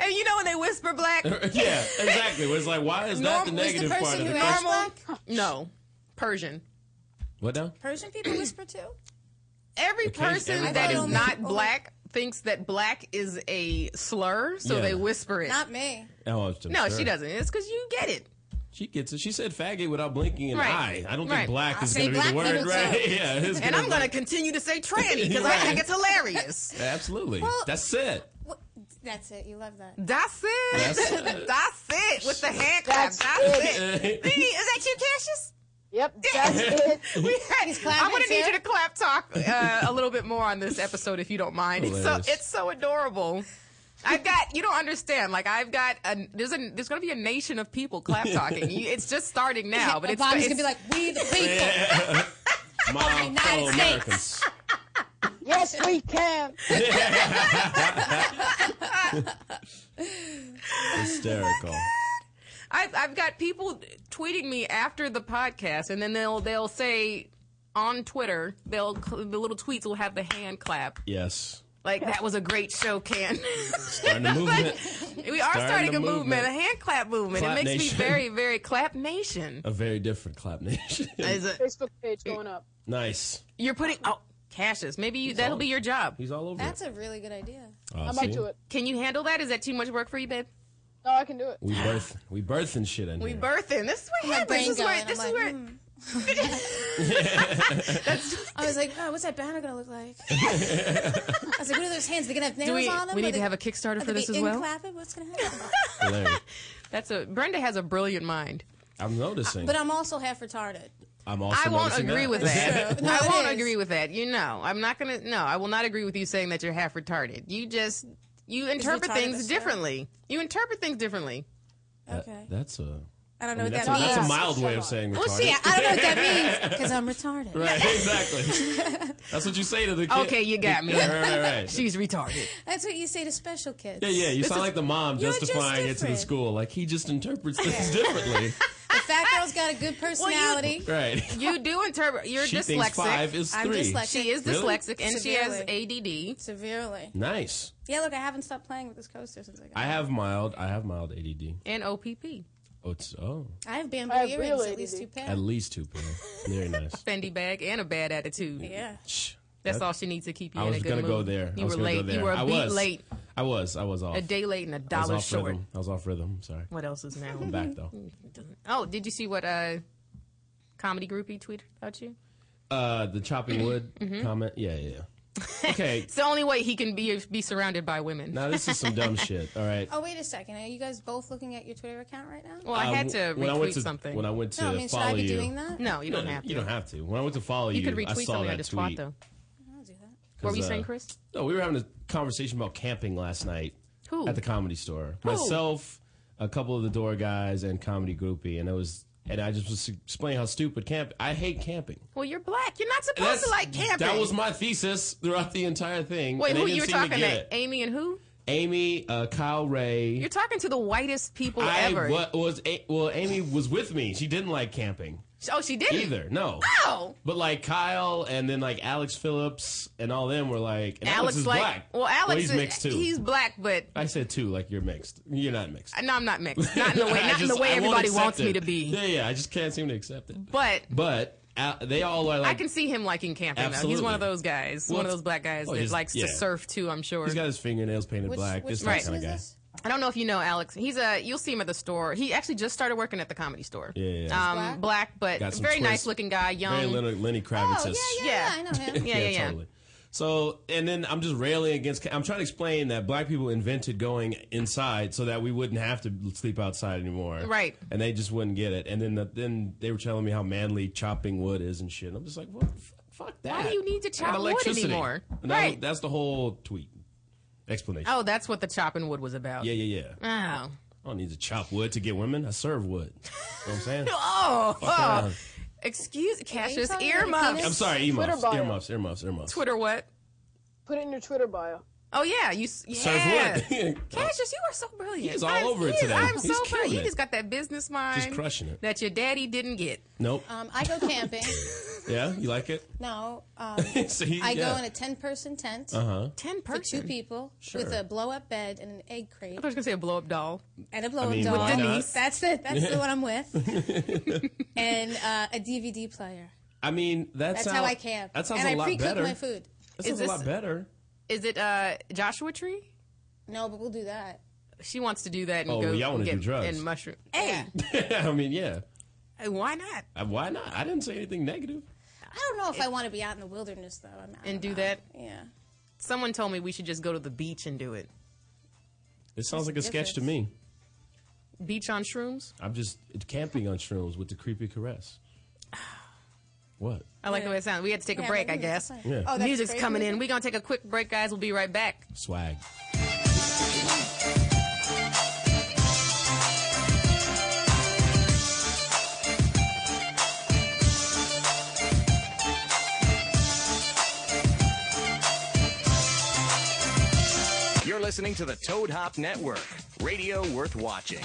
Speaker 4: And you know when they whisper black?
Speaker 5: yeah, exactly. Where it's like, why is that the
Speaker 4: Norm- was
Speaker 5: negative
Speaker 6: the
Speaker 5: part
Speaker 6: person
Speaker 5: of
Speaker 6: who
Speaker 5: it?
Speaker 6: asked
Speaker 4: Normal.
Speaker 6: black?
Speaker 4: no. Persian.
Speaker 5: What now?
Speaker 6: Persian people whisper too.
Speaker 4: Every
Speaker 5: Occasion-
Speaker 4: person
Speaker 5: everybody-
Speaker 4: that is
Speaker 6: Only-
Speaker 4: not
Speaker 6: only-
Speaker 4: black thinks that black is a slur, so
Speaker 5: Yeah.
Speaker 4: they whisper it.
Speaker 6: Not me.
Speaker 5: Oh, I'm
Speaker 4: no,
Speaker 5: sure.
Speaker 4: she doesn't. It's because you get it.
Speaker 5: She gets it. She said faggot without blinking an
Speaker 4: Right.
Speaker 5: eye. I don't
Speaker 4: Right.
Speaker 5: think black is
Speaker 6: say
Speaker 5: going to be the
Speaker 6: black
Speaker 5: word,
Speaker 6: people
Speaker 5: right?
Speaker 6: too.
Speaker 5: yeah, it's
Speaker 4: And
Speaker 5: gonna
Speaker 4: I'm
Speaker 5: be-
Speaker 4: going to continue to say tranny because I think it's hilarious.
Speaker 5: absolutely. That's it.
Speaker 6: What? That's it. You love that.
Speaker 4: That's it.
Speaker 5: That's
Speaker 4: That's
Speaker 5: it.
Speaker 4: it. With the hand clap.
Speaker 7: That's
Speaker 4: That's, it. Nene, Is that you, Cassius?
Speaker 7: Yep, that's it.
Speaker 4: we had,
Speaker 6: clapping,
Speaker 4: I'm going to need you
Speaker 6: too.
Speaker 4: to clap talk uh, a little bit more on this episode if you don't mind. It's so
Speaker 5: Hilarious.
Speaker 4: it's so adorable. I've got you don't understand. Like I've got a, there's a there's going to be a nation of people clap talking. You- it's just starting now, but it's,
Speaker 6: Obama's
Speaker 4: it's
Speaker 6: gonna be like, "We the people."
Speaker 5: My
Speaker 6: United
Speaker 5: fellow
Speaker 6: States.
Speaker 5: Americans.
Speaker 7: Yes, we can.
Speaker 5: Hysterical.
Speaker 4: I've I've got people tweeting me after the podcast, and then they'll they'll say on Twitter they'll the little tweets will have the hand clap
Speaker 5: Yes.
Speaker 4: like that was a great show, Ken.
Speaker 5: Starting the movement
Speaker 4: we are starting,
Speaker 5: Starting
Speaker 4: a
Speaker 5: the
Speaker 4: movement,
Speaker 5: movement.
Speaker 4: a hand clap movement.
Speaker 5: Clap
Speaker 4: it makes
Speaker 5: nation.
Speaker 4: me very very clap nation.
Speaker 5: a very different clap nation.
Speaker 4: Is it-
Speaker 7: Facebook page going up.
Speaker 5: nice.
Speaker 4: You're putting oh Cassius. Maybe you, that'll
Speaker 5: all-
Speaker 4: be your job.
Speaker 5: He's all over.
Speaker 6: That's
Speaker 5: it.
Speaker 6: a really good idea.
Speaker 5: Oh,
Speaker 7: I'm
Speaker 5: see?
Speaker 7: up to it.
Speaker 4: Can you handle that? Is that too much work for you, babe?
Speaker 7: No, I can do it.
Speaker 5: We birth, we birthing shit in
Speaker 4: We
Speaker 5: here.
Speaker 4: birthing. This is what
Speaker 6: My
Speaker 4: happens.
Speaker 6: brain
Speaker 4: This is where.
Speaker 6: going.
Speaker 4: This
Speaker 6: I'm
Speaker 4: is where.
Speaker 6: like, hmm. I was like, oh, what's that banner gonna look like? I was like, what are those hands? They gonna have nails
Speaker 4: Do we,
Speaker 6: on them?
Speaker 4: we
Speaker 6: Are
Speaker 4: need
Speaker 6: they-
Speaker 4: to have a Kickstarter
Speaker 6: are
Speaker 4: for
Speaker 6: they
Speaker 4: this as
Speaker 6: in
Speaker 4: well.
Speaker 6: Clapping? What's gonna happen?
Speaker 5: Hilarious.
Speaker 4: That's a Brenda has a brilliant mind.
Speaker 5: I'm noticing.
Speaker 6: but I'm also half retarded.
Speaker 5: I'm also.
Speaker 4: I won't
Speaker 5: noticing
Speaker 4: agree
Speaker 5: that.
Speaker 4: with that.
Speaker 6: true. No,
Speaker 4: I
Speaker 6: it
Speaker 4: won't
Speaker 6: is.
Speaker 4: agree with that. You know, I'm not gonna. No, I will not agree with you saying that you're half retarded. You just you interpret
Speaker 6: retarded a
Speaker 4: things
Speaker 6: slur?
Speaker 4: differently. You interpret things differently.
Speaker 5: That-
Speaker 6: Okay.
Speaker 5: That's a.
Speaker 6: I don't know
Speaker 5: I mean,
Speaker 6: what
Speaker 5: that's, a
Speaker 6: that
Speaker 5: that's a
Speaker 6: means.
Speaker 5: mild way of saying retarded.
Speaker 6: well, see, I I don't know what that means because I'm retarded.
Speaker 5: Right, exactly. that's what you say to the kid.
Speaker 4: Okay, you got me.
Speaker 5: Yeah, right, right, right.
Speaker 4: She's retarded.
Speaker 6: That's what you say to special kids.
Speaker 5: yeah, yeah. You sound like the mom
Speaker 6: You're just
Speaker 5: justifying it to the
Speaker 6: different.
Speaker 5: school. Like he just interprets things differently.
Speaker 6: Fat girl's got a good personality.
Speaker 5: Right.
Speaker 4: You do interpret. You're
Speaker 5: She thinks
Speaker 4: dyslexic.
Speaker 5: five is
Speaker 6: I'm
Speaker 5: three.
Speaker 6: dyslexic.
Speaker 4: she is
Speaker 5: Really?
Speaker 4: dyslexic and she has ADD.
Speaker 6: Severely.
Speaker 5: Nice.
Speaker 6: Yeah, look, I haven't stopped playing with this coaster since I got
Speaker 5: I
Speaker 6: it.
Speaker 5: have mild. I have mild ADD.
Speaker 4: and OPP.
Speaker 5: Oh, it's oh,
Speaker 6: I have bamboo
Speaker 7: I have
Speaker 6: earrings,
Speaker 7: real
Speaker 6: at least
Speaker 7: ADD.
Speaker 6: two pairs.
Speaker 5: at least two pair. Very nice.
Speaker 4: Fendi bag and a bad attitude.
Speaker 6: yeah.
Speaker 5: Shh.
Speaker 4: That's
Speaker 5: That-
Speaker 4: all she needs to keep you
Speaker 5: I
Speaker 4: in
Speaker 5: was
Speaker 4: a good
Speaker 5: gonna
Speaker 4: mood.
Speaker 5: go there. I
Speaker 4: You were
Speaker 5: was gonna go
Speaker 4: late. You
Speaker 5: there.
Speaker 4: were
Speaker 5: I
Speaker 4: a beat
Speaker 5: was.
Speaker 4: late,
Speaker 5: I was. I was off.
Speaker 4: a day late, and a
Speaker 5: I was
Speaker 4: dollar
Speaker 5: off
Speaker 4: short.
Speaker 5: Rhythm. I was off rhythm. Sorry.
Speaker 4: What else is now?
Speaker 5: I'm back though.
Speaker 4: Oh, did you see what uh, comedy groupie tweeted about you?
Speaker 5: Uh, the chopping wood
Speaker 4: Mm-hmm.
Speaker 5: comment. Yeah, yeah. yeah. Okay.
Speaker 4: It's the only way he can be be surrounded by women.
Speaker 5: now this is some dumb shit. All right.
Speaker 6: Oh, wait a second. Are you guys both looking at your Twitter account right now?
Speaker 4: Well, I
Speaker 5: Uh,
Speaker 4: had to
Speaker 5: when I
Speaker 4: retweet
Speaker 5: went to,
Speaker 4: something.
Speaker 5: When I went to
Speaker 6: no, I mean, should
Speaker 5: follow
Speaker 6: I be
Speaker 5: you,
Speaker 6: doing that?
Speaker 4: no, you don't
Speaker 5: No,
Speaker 4: have to.
Speaker 5: You don't have to. When I went to follow you,
Speaker 4: You could
Speaker 5: I
Speaker 4: retweet
Speaker 5: saw
Speaker 4: something I
Speaker 5: that
Speaker 4: just
Speaker 5: tweet.
Speaker 4: tweet. though.
Speaker 6: I'll do that.
Speaker 4: What were you
Speaker 5: uh,
Speaker 4: saying, Chris?
Speaker 5: No, we were having a conversation about camping last night
Speaker 4: Who?
Speaker 5: at the comedy store. Myself, a couple of the door guys, and comedy groupie, and it was. And I just was explaining how stupid camp. I hate camping.
Speaker 4: Well, you're black. You're not supposed to like camping.
Speaker 5: That was my thesis throughout the entire thing.
Speaker 4: Wait,
Speaker 5: and
Speaker 4: who
Speaker 5: they didn't
Speaker 4: you were
Speaker 5: seem
Speaker 4: talking
Speaker 5: to?
Speaker 4: to?
Speaker 5: get it.
Speaker 4: Amy and who?
Speaker 5: Amy, uh, Kyle Ray.
Speaker 4: You're talking to the whitest people
Speaker 5: I
Speaker 4: ever.
Speaker 5: wa- was a- well. Amy was with me. She didn't like camping
Speaker 4: Oh, she didn't.
Speaker 5: either. No.
Speaker 4: Oh.
Speaker 5: But like Kyle and then like Alex Phillips and all them were like and Alex,
Speaker 4: Alex,
Speaker 5: is
Speaker 4: like
Speaker 5: black.
Speaker 4: well, Alex
Speaker 5: he's
Speaker 4: is,
Speaker 5: mixed too.
Speaker 4: He's black, but uh,
Speaker 5: I said too, like you're mixed. You're not mixed.
Speaker 4: no, I'm not mixed. Not in the way. Not
Speaker 5: I
Speaker 4: in
Speaker 5: just-
Speaker 4: the way
Speaker 5: I won't
Speaker 4: everybody
Speaker 5: accept
Speaker 4: wants me
Speaker 5: it.
Speaker 4: to be.
Speaker 5: Yeah, yeah. I just can't seem to accept it.
Speaker 4: But
Speaker 5: But uh, they all are like.
Speaker 4: I can see him liking camping. Though. He's
Speaker 5: Absolutely.
Speaker 4: one of those guys.
Speaker 5: Well,
Speaker 4: one of those black guys
Speaker 5: oh,
Speaker 4: that
Speaker 5: he's-
Speaker 4: likes
Speaker 5: yeah.
Speaker 4: to surf too. I'm sure.
Speaker 5: He's got his fingernails painted
Speaker 6: Which,
Speaker 5: black.
Speaker 6: which
Speaker 5: This that
Speaker 6: person
Speaker 5: kind of
Speaker 6: is
Speaker 5: guy.
Speaker 6: this?
Speaker 4: I don't know if you know Alex. He's a you'll see him at the store. He actually just started working at the comedy store.
Speaker 5: Yeah, yeah, yeah.
Speaker 4: Um, black?
Speaker 6: Black?
Speaker 4: but
Speaker 5: Got some
Speaker 4: very
Speaker 5: twist.
Speaker 4: nice looking guy, young.
Speaker 5: Very Lenny, Lenny Kravitz.
Speaker 6: Oh, yeah, yeah, yeah,
Speaker 4: Yeah.
Speaker 6: I know him.
Speaker 4: Yeah, yeah, yeah.
Speaker 5: totally. So, and then I'm just railing against. I'm trying to explain that black people invented going inside so that we wouldn't have to sleep outside anymore.
Speaker 4: Right.
Speaker 5: And they just wouldn't get it. And then the, then they were telling me how manly chopping wood is and shit. I'm just like, what? Fuck that.
Speaker 4: do you need to
Speaker 5: I got
Speaker 4: chop wood
Speaker 5: electricity.
Speaker 4: anymore?
Speaker 5: And that-
Speaker 4: Right.
Speaker 5: that's the whole tweet explanation.
Speaker 4: Oh, that's what the chopping wood was about.
Speaker 5: Yeah, yeah, yeah.
Speaker 4: Oh.
Speaker 5: I don't need to chop wood to get women. I serve wood. You know what I'm saying?
Speaker 4: Oh. oh.
Speaker 5: around.
Speaker 4: Excuse Cassius
Speaker 6: talking about
Speaker 4: earmuffs.
Speaker 6: penis?
Speaker 5: I'm sorry, earmuffs,
Speaker 7: Twitter bio.
Speaker 5: earmuffs, earmuffs, earmuffs.
Speaker 4: Twitter what?
Speaker 7: Put it in your Twitter bio.
Speaker 4: Oh yeah, you s- yeah.
Speaker 5: Serve wood.
Speaker 4: Cassius, you are so brilliant.
Speaker 5: He's all
Speaker 4: I'm-
Speaker 5: over it
Speaker 4: he is-
Speaker 5: today.
Speaker 4: I'm
Speaker 5: He's
Speaker 4: so
Speaker 5: killing
Speaker 4: brilliant.
Speaker 5: it.
Speaker 4: He just got that business mind.
Speaker 5: Just crushing it.
Speaker 4: That your daddy didn't get.
Speaker 5: nope.
Speaker 6: Um, I go camping.
Speaker 5: yeah, you like it?
Speaker 6: no, um,
Speaker 5: See,
Speaker 6: I
Speaker 5: yeah. Uh-huh.
Speaker 6: go in a ten-person tent
Speaker 4: Ten
Speaker 6: for
Speaker 4: person.
Speaker 6: two people
Speaker 5: Sure.
Speaker 6: with a blow-up bed and an egg crate
Speaker 4: I was gonna say a blow up doll.
Speaker 6: and a blow-up
Speaker 5: mean,
Speaker 6: doll.
Speaker 5: why With Denise. not?
Speaker 6: That's it. That's the one I'm with. and uh, a DVD player.
Speaker 5: I mean, that
Speaker 6: That's
Speaker 5: sound-
Speaker 6: how I camp.
Speaker 5: That sounds
Speaker 6: and
Speaker 5: a
Speaker 6: I
Speaker 5: lot
Speaker 6: pre-cook
Speaker 5: better.
Speaker 6: my food.
Speaker 5: That
Speaker 4: Is
Speaker 5: sounds a lot
Speaker 4: this-
Speaker 5: better.
Speaker 4: Is it uh, Joshua Tree?
Speaker 6: No, but we'll do that.
Speaker 4: She wants to do that and
Speaker 5: Oh,
Speaker 4: go
Speaker 5: well, y'all wanna
Speaker 4: and
Speaker 5: do
Speaker 4: get
Speaker 5: drugs.
Speaker 4: and mushroom.
Speaker 6: Hey,
Speaker 5: I mean, yeah.
Speaker 4: Hey, why not?
Speaker 5: Uh, Why not? I didn't say anything negative.
Speaker 6: I don't know if I want to be out in the wilderness though. I'm, I
Speaker 4: And
Speaker 6: don't
Speaker 4: do
Speaker 6: know.
Speaker 4: that.
Speaker 6: Yeah.
Speaker 4: Someone told me we should just go to the beach and do it.
Speaker 5: It sounds like a
Speaker 6: What's the
Speaker 5: sketch to me.
Speaker 4: Beach on shrooms.
Speaker 5: I'm just camping on shrooms with the creepy caress. What?
Speaker 4: I like the way it sounds. We had to take a
Speaker 6: Yeah,
Speaker 4: break, I
Speaker 6: maybe that's
Speaker 4: guess.
Speaker 6: fine.
Speaker 5: Yeah.
Speaker 6: Oh, that's
Speaker 4: Music's
Speaker 6: crazy.
Speaker 4: coming in. We're gonna take a quick break, guys. We'll be right back.
Speaker 5: Swag.
Speaker 1: You're listening to the Toad Hop Network, radio worth watching.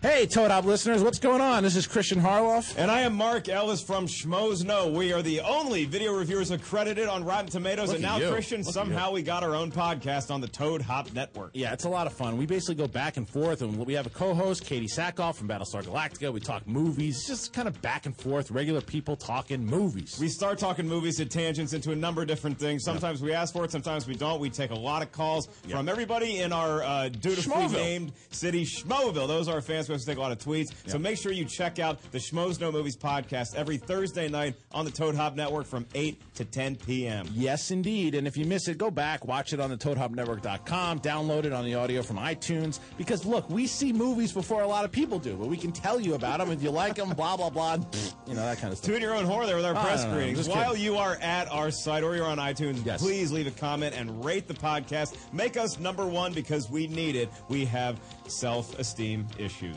Speaker 9: Hey, Toad Hop listeners, what's going on? This is Christian Harloff.
Speaker 10: And I am Mark Ellis from Schmoes No. We are the only video reviewers accredited on Rotten Tomatoes,
Speaker 9: Look
Speaker 10: and
Speaker 9: at
Speaker 10: now
Speaker 9: you.
Speaker 10: Christian
Speaker 9: Look at
Speaker 10: somehow we got our own podcast on the Toad Hop Network.
Speaker 9: Yeah, it's a lot of fun. We basically go back and forth, and we have a co-host, Katie Sackhoff from Battlestar Galactica. We talk movies, just kind of back and forth, regular people talking movies.
Speaker 10: We start talking movies at tangents into a number of different things. Sometimes we ask for it, sometimes we don't. We take a lot of calls from everybody in our uh, dutifully
Speaker 9: Schmoville.
Speaker 10: named city, Schmoville. Those are our fans. We also take a lot of tweets. So make sure you check out the Schmoes No Movies podcast every Thursday night on the Toad Hop Network from 8 to 10 p.m.
Speaker 9: Yes, indeed. And if you miss it, go back, watch it on the ToadHopNetwork.com, download it on the audio from iTunes. Because look, we see movies before a lot of people do, but we can tell you about them if you like them. Blah blah blah. You know that kind of stuff.
Speaker 10: Two in your own horror there with our
Speaker 9: Oh,
Speaker 10: press
Speaker 9: no, no, no,
Speaker 10: greetings.
Speaker 9: just
Speaker 10: While
Speaker 9: kidding.
Speaker 10: you are at our site or you're on iTunes,
Speaker 9: Yes.
Speaker 10: please leave a comment and rate the podcast. Make us number one because we need it. We have self esteem issues.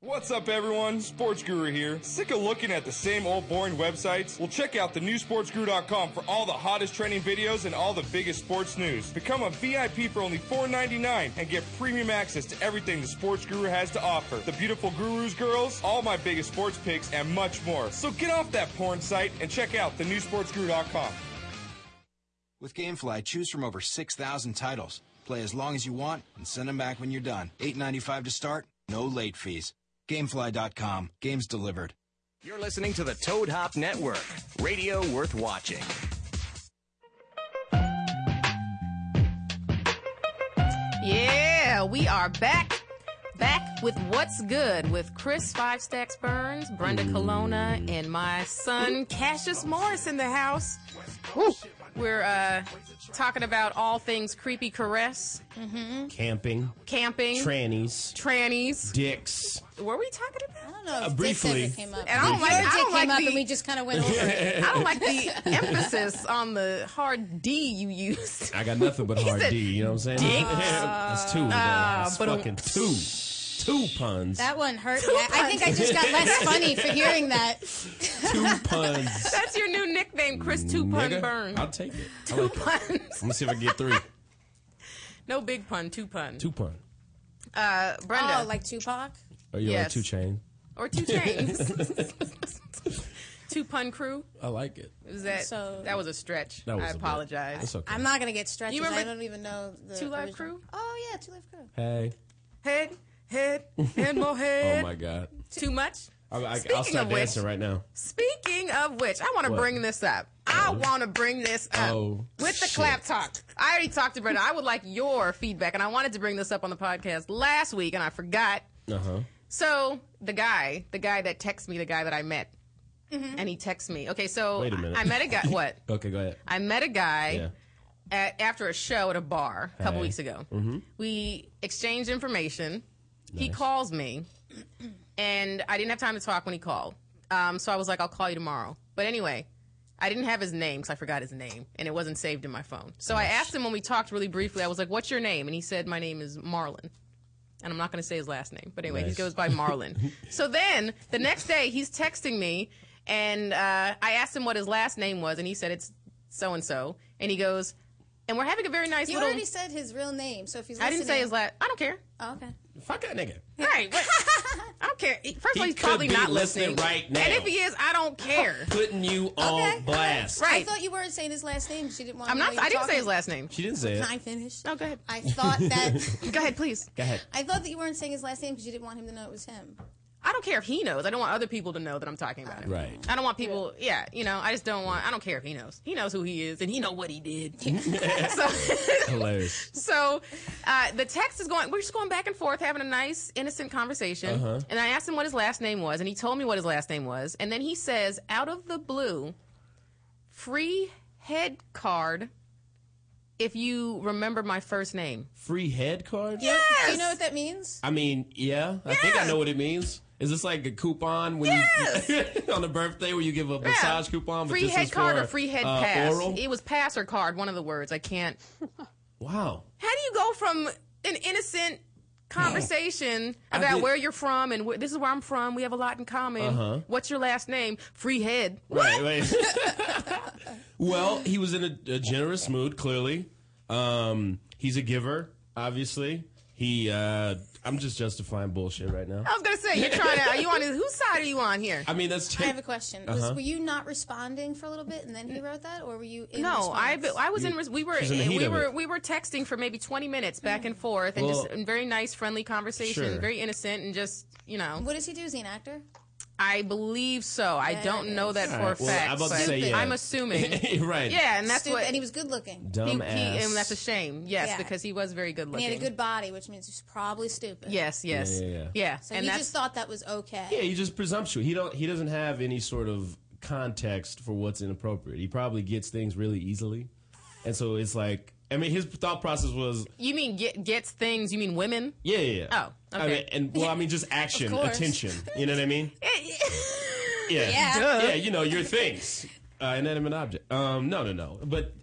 Speaker 11: What's up, everyone? Sports Guru here. Sick of looking at the same old boring websites? Well, check out the newsportsguru.com for all the hottest training videos and all the biggest sports news. Become a VIP for only $4.99 and get premium access to everything the Sports Guru has to offer. The beautiful gurus, girls, all my biggest sports picks, and much more. So get off that porn site and check out the newsportsguru.com.
Speaker 12: With GameFly, choose from over 6,000 titles. Play as long as you want and send them back when you're done. $8.95 to start, no late fees. Gamefly.com. Games delivered.
Speaker 1: You're listening to the Toad Hop Network, radio worth watching.
Speaker 4: Yeah, we are back. Back with What's Good with Chris Five Stacks Burns, Brenda Colonna, and my son Cassius Morris in the house. Woo. We're uh, talking about all things creepy caress, mm-hmm.
Speaker 5: Camping,
Speaker 4: camping,
Speaker 5: trannies,
Speaker 4: trannies,
Speaker 5: dicks.
Speaker 4: were we talking about? I don't
Speaker 6: know.
Speaker 5: Uh,
Speaker 6: If dicks
Speaker 5: briefly.
Speaker 6: ever came up.
Speaker 4: And I don't like.
Speaker 6: Your
Speaker 4: I
Speaker 6: dick
Speaker 4: don't
Speaker 6: came
Speaker 4: like
Speaker 6: up
Speaker 4: the,
Speaker 6: and we just kind of went over it.
Speaker 4: I don't like the emphasis on the hard D you used.
Speaker 5: I got nothing but
Speaker 4: He
Speaker 5: hard
Speaker 4: said,
Speaker 5: D. You know what I'm saying?
Speaker 4: "Dicks."
Speaker 5: That's two. man.
Speaker 4: Ah,
Speaker 5: That's
Speaker 4: but, um,
Speaker 5: fucking two. Two puns.
Speaker 6: That one hurt. me. I, I think I just got less funny for hearing that.
Speaker 5: two puns.
Speaker 4: That's your new nickname, Chris Two Pun
Speaker 5: Nigga,
Speaker 4: Burns.
Speaker 5: I'll take it. I
Speaker 4: Two
Speaker 5: like it.
Speaker 4: pun.
Speaker 5: Let me see if I can get three.
Speaker 4: No big pun. Two pun.
Speaker 5: Two pun.
Speaker 4: Uh, Brenda.
Speaker 6: Oh, like Tupac?
Speaker 5: Or you
Speaker 4: Yes.
Speaker 5: like two chain?
Speaker 4: Or two chains. two pun crew.
Speaker 5: I like it.
Speaker 4: Is that
Speaker 6: So-
Speaker 4: that was a stretch?
Speaker 5: That was
Speaker 4: I
Speaker 5: a bit.
Speaker 4: apologize.
Speaker 5: That's okay.
Speaker 6: I'm not gonna get stretches.
Speaker 4: You remember
Speaker 6: I don't even know the
Speaker 4: Two Live
Speaker 6: Crew. Oh yeah, Two Live Crew.
Speaker 5: Hey.
Speaker 4: Head, head, and more
Speaker 5: Oh
Speaker 4: head.
Speaker 5: my god.
Speaker 4: Too much.
Speaker 5: I, I,
Speaker 4: Speaking
Speaker 5: I'll start
Speaker 4: of which-
Speaker 5: dancing right now.
Speaker 4: Speaking of which, I want to
Speaker 5: What?
Speaker 4: bring this up. I want to bring this up
Speaker 5: Oh,
Speaker 4: with the clap talk. I already talked to Brenda. I would like your feedback, and I wanted to bring this up on the podcast last week, and I forgot.
Speaker 5: Uh huh.
Speaker 4: So the guy, the guy that texted me, the guy that I met, and he texts me. Okay, so
Speaker 5: Wait a minute.
Speaker 4: I I met a guy. What?
Speaker 5: Okay, go ahead.
Speaker 4: I met a guy
Speaker 5: Yeah.
Speaker 4: at, after a show at a bar a couple
Speaker 5: Hey.
Speaker 4: weeks ago.
Speaker 5: Mm-hmm.
Speaker 4: We exchanged information. He
Speaker 5: Nice.
Speaker 4: calls me, and I didn't have time to talk when he called. Um, so I was like, I'll call you tomorrow. But anyway, I didn't have his name because I forgot his name, and it wasn't saved in my phone. So I asked him when we talked really briefly, I was like, What's your name? And he said, My name is Marlon. And I'm not going to say his last name, but anyway, he
Speaker 13: Nice.
Speaker 4: goes by Marlon. so then the next day, he's texting me, and uh, I asked him what his last name was, and he said it's so and so. And he goes, and we're having a very nice
Speaker 6: You
Speaker 4: little.
Speaker 6: already said his real name, so if he's
Speaker 4: I didn't say his
Speaker 6: listening-
Speaker 4: last. I don't care.
Speaker 6: Oh, okay.
Speaker 5: Fuck that nigga.
Speaker 4: Right. What? I don't care. First of all,
Speaker 5: He
Speaker 4: he's
Speaker 5: could
Speaker 4: probably
Speaker 5: be
Speaker 4: not
Speaker 5: listening
Speaker 4: listening
Speaker 5: right now.
Speaker 4: And if he is, I don't care.
Speaker 6: Oh,
Speaker 5: Putting you on blast.
Speaker 6: I thought you were saying his last name. She didn't want.
Speaker 4: I'm
Speaker 6: to know
Speaker 4: not.
Speaker 6: you were
Speaker 4: I didn't say
Speaker 6: talking.
Speaker 4: his last name.
Speaker 5: She didn't say
Speaker 6: Can
Speaker 5: it.
Speaker 6: I finish?
Speaker 4: Oh, go ahead.
Speaker 6: I thought that.
Speaker 4: go ahead, please.
Speaker 5: Go ahead.
Speaker 6: I thought that you weren't saying his last name because you didn't want him to know it was him.
Speaker 4: I don't care if he knows. I don't want other people to know that I'm talking about him.
Speaker 5: Right.
Speaker 4: I don't want people. Yeah. You know. I just don't want. I don't care if he knows. He knows who he is, and he know what he did. so,
Speaker 5: Hilarious.
Speaker 4: so uh, the text is going. We're just going back and forth, having a nice, innocent conversation.
Speaker 5: Uh-huh.
Speaker 4: And I asked him what his last name was, and he told me what his last name was. And then he says, out of the blue, free head card. If you remember my first name,
Speaker 5: Free head card?
Speaker 4: Yes.
Speaker 6: Do you know what that means?
Speaker 5: I mean, yeah. I think I know what it means. Is this like a coupon when you on a birthday where you give a massage coupon?
Speaker 4: free
Speaker 5: this
Speaker 4: head
Speaker 5: is
Speaker 4: card
Speaker 5: for,
Speaker 4: or free head
Speaker 5: uh,
Speaker 4: pass.
Speaker 5: Oral?
Speaker 4: It was pass or card, one of the words. I can't.
Speaker 5: Wow.
Speaker 4: How do you go from an innocent conversation
Speaker 5: I
Speaker 4: about
Speaker 5: did-
Speaker 4: where you're from and wh- this is where I'm from? We have a lot in common.
Speaker 5: Uh-huh.
Speaker 4: What's your last name? Free head.
Speaker 5: Right, right. well, he was in a, a generous mood, clearly. Um, he's a giver, obviously. He, uh, I'm just justifying bullshit right now.
Speaker 4: I was gonna say you're trying to. Are you on his, whose side are you on here?
Speaker 5: I mean, that's.
Speaker 6: I have a question. Was,
Speaker 5: Uh-huh.
Speaker 6: were you not responding for a little bit, and then he wrote that, or were you? In
Speaker 4: no, I
Speaker 6: response?
Speaker 4: I was in
Speaker 5: You-
Speaker 4: res- we were
Speaker 5: she's in the heat
Speaker 4: we
Speaker 5: of
Speaker 4: were
Speaker 5: it.
Speaker 4: we were texting for maybe 20 minutes back and forth and
Speaker 5: Well-
Speaker 4: just in very nice friendly conversation,
Speaker 5: Sure.
Speaker 4: very innocent and just you know.
Speaker 6: What does he do? Is he an actor?
Speaker 4: I believe so. I don't know that
Speaker 5: All
Speaker 4: for a
Speaker 5: right, well,
Speaker 4: fact.
Speaker 5: I'm about to
Speaker 4: but
Speaker 5: say yeah.
Speaker 4: I'm assuming.
Speaker 5: Right.
Speaker 4: Yeah, and that's
Speaker 6: Stupid,
Speaker 4: what.
Speaker 6: and he was good looking.
Speaker 5: Dumb
Speaker 4: he- he-
Speaker 5: ass.
Speaker 4: and that's a shame. Yes,
Speaker 6: Yeah.
Speaker 4: because he was very good
Speaker 6: And
Speaker 4: looking.
Speaker 6: he had a good body, which means he's probably stupid.
Speaker 4: Yes, yes.
Speaker 5: Yeah, yeah, yeah.
Speaker 4: Yeah,
Speaker 6: So
Speaker 4: and
Speaker 6: he
Speaker 4: that's-
Speaker 6: just thought that was okay.
Speaker 5: Yeah, he's just presumptuous. He don't. He doesn't have any sort of context for what's inappropriate. He probably gets things really easily, and so it's like. I mean, his thought process was,
Speaker 4: you mean get, gets things? You mean women?
Speaker 5: yeah, yeah, yeah.
Speaker 4: Oh,
Speaker 5: I
Speaker 4: okay.
Speaker 5: mean, and well, I mean, just action,
Speaker 4: course.
Speaker 5: attention. You know what I mean? yeah,
Speaker 4: Yeah. Duh.
Speaker 5: yeah. You know your things, uh, inanimate object. Um, no, no, no. But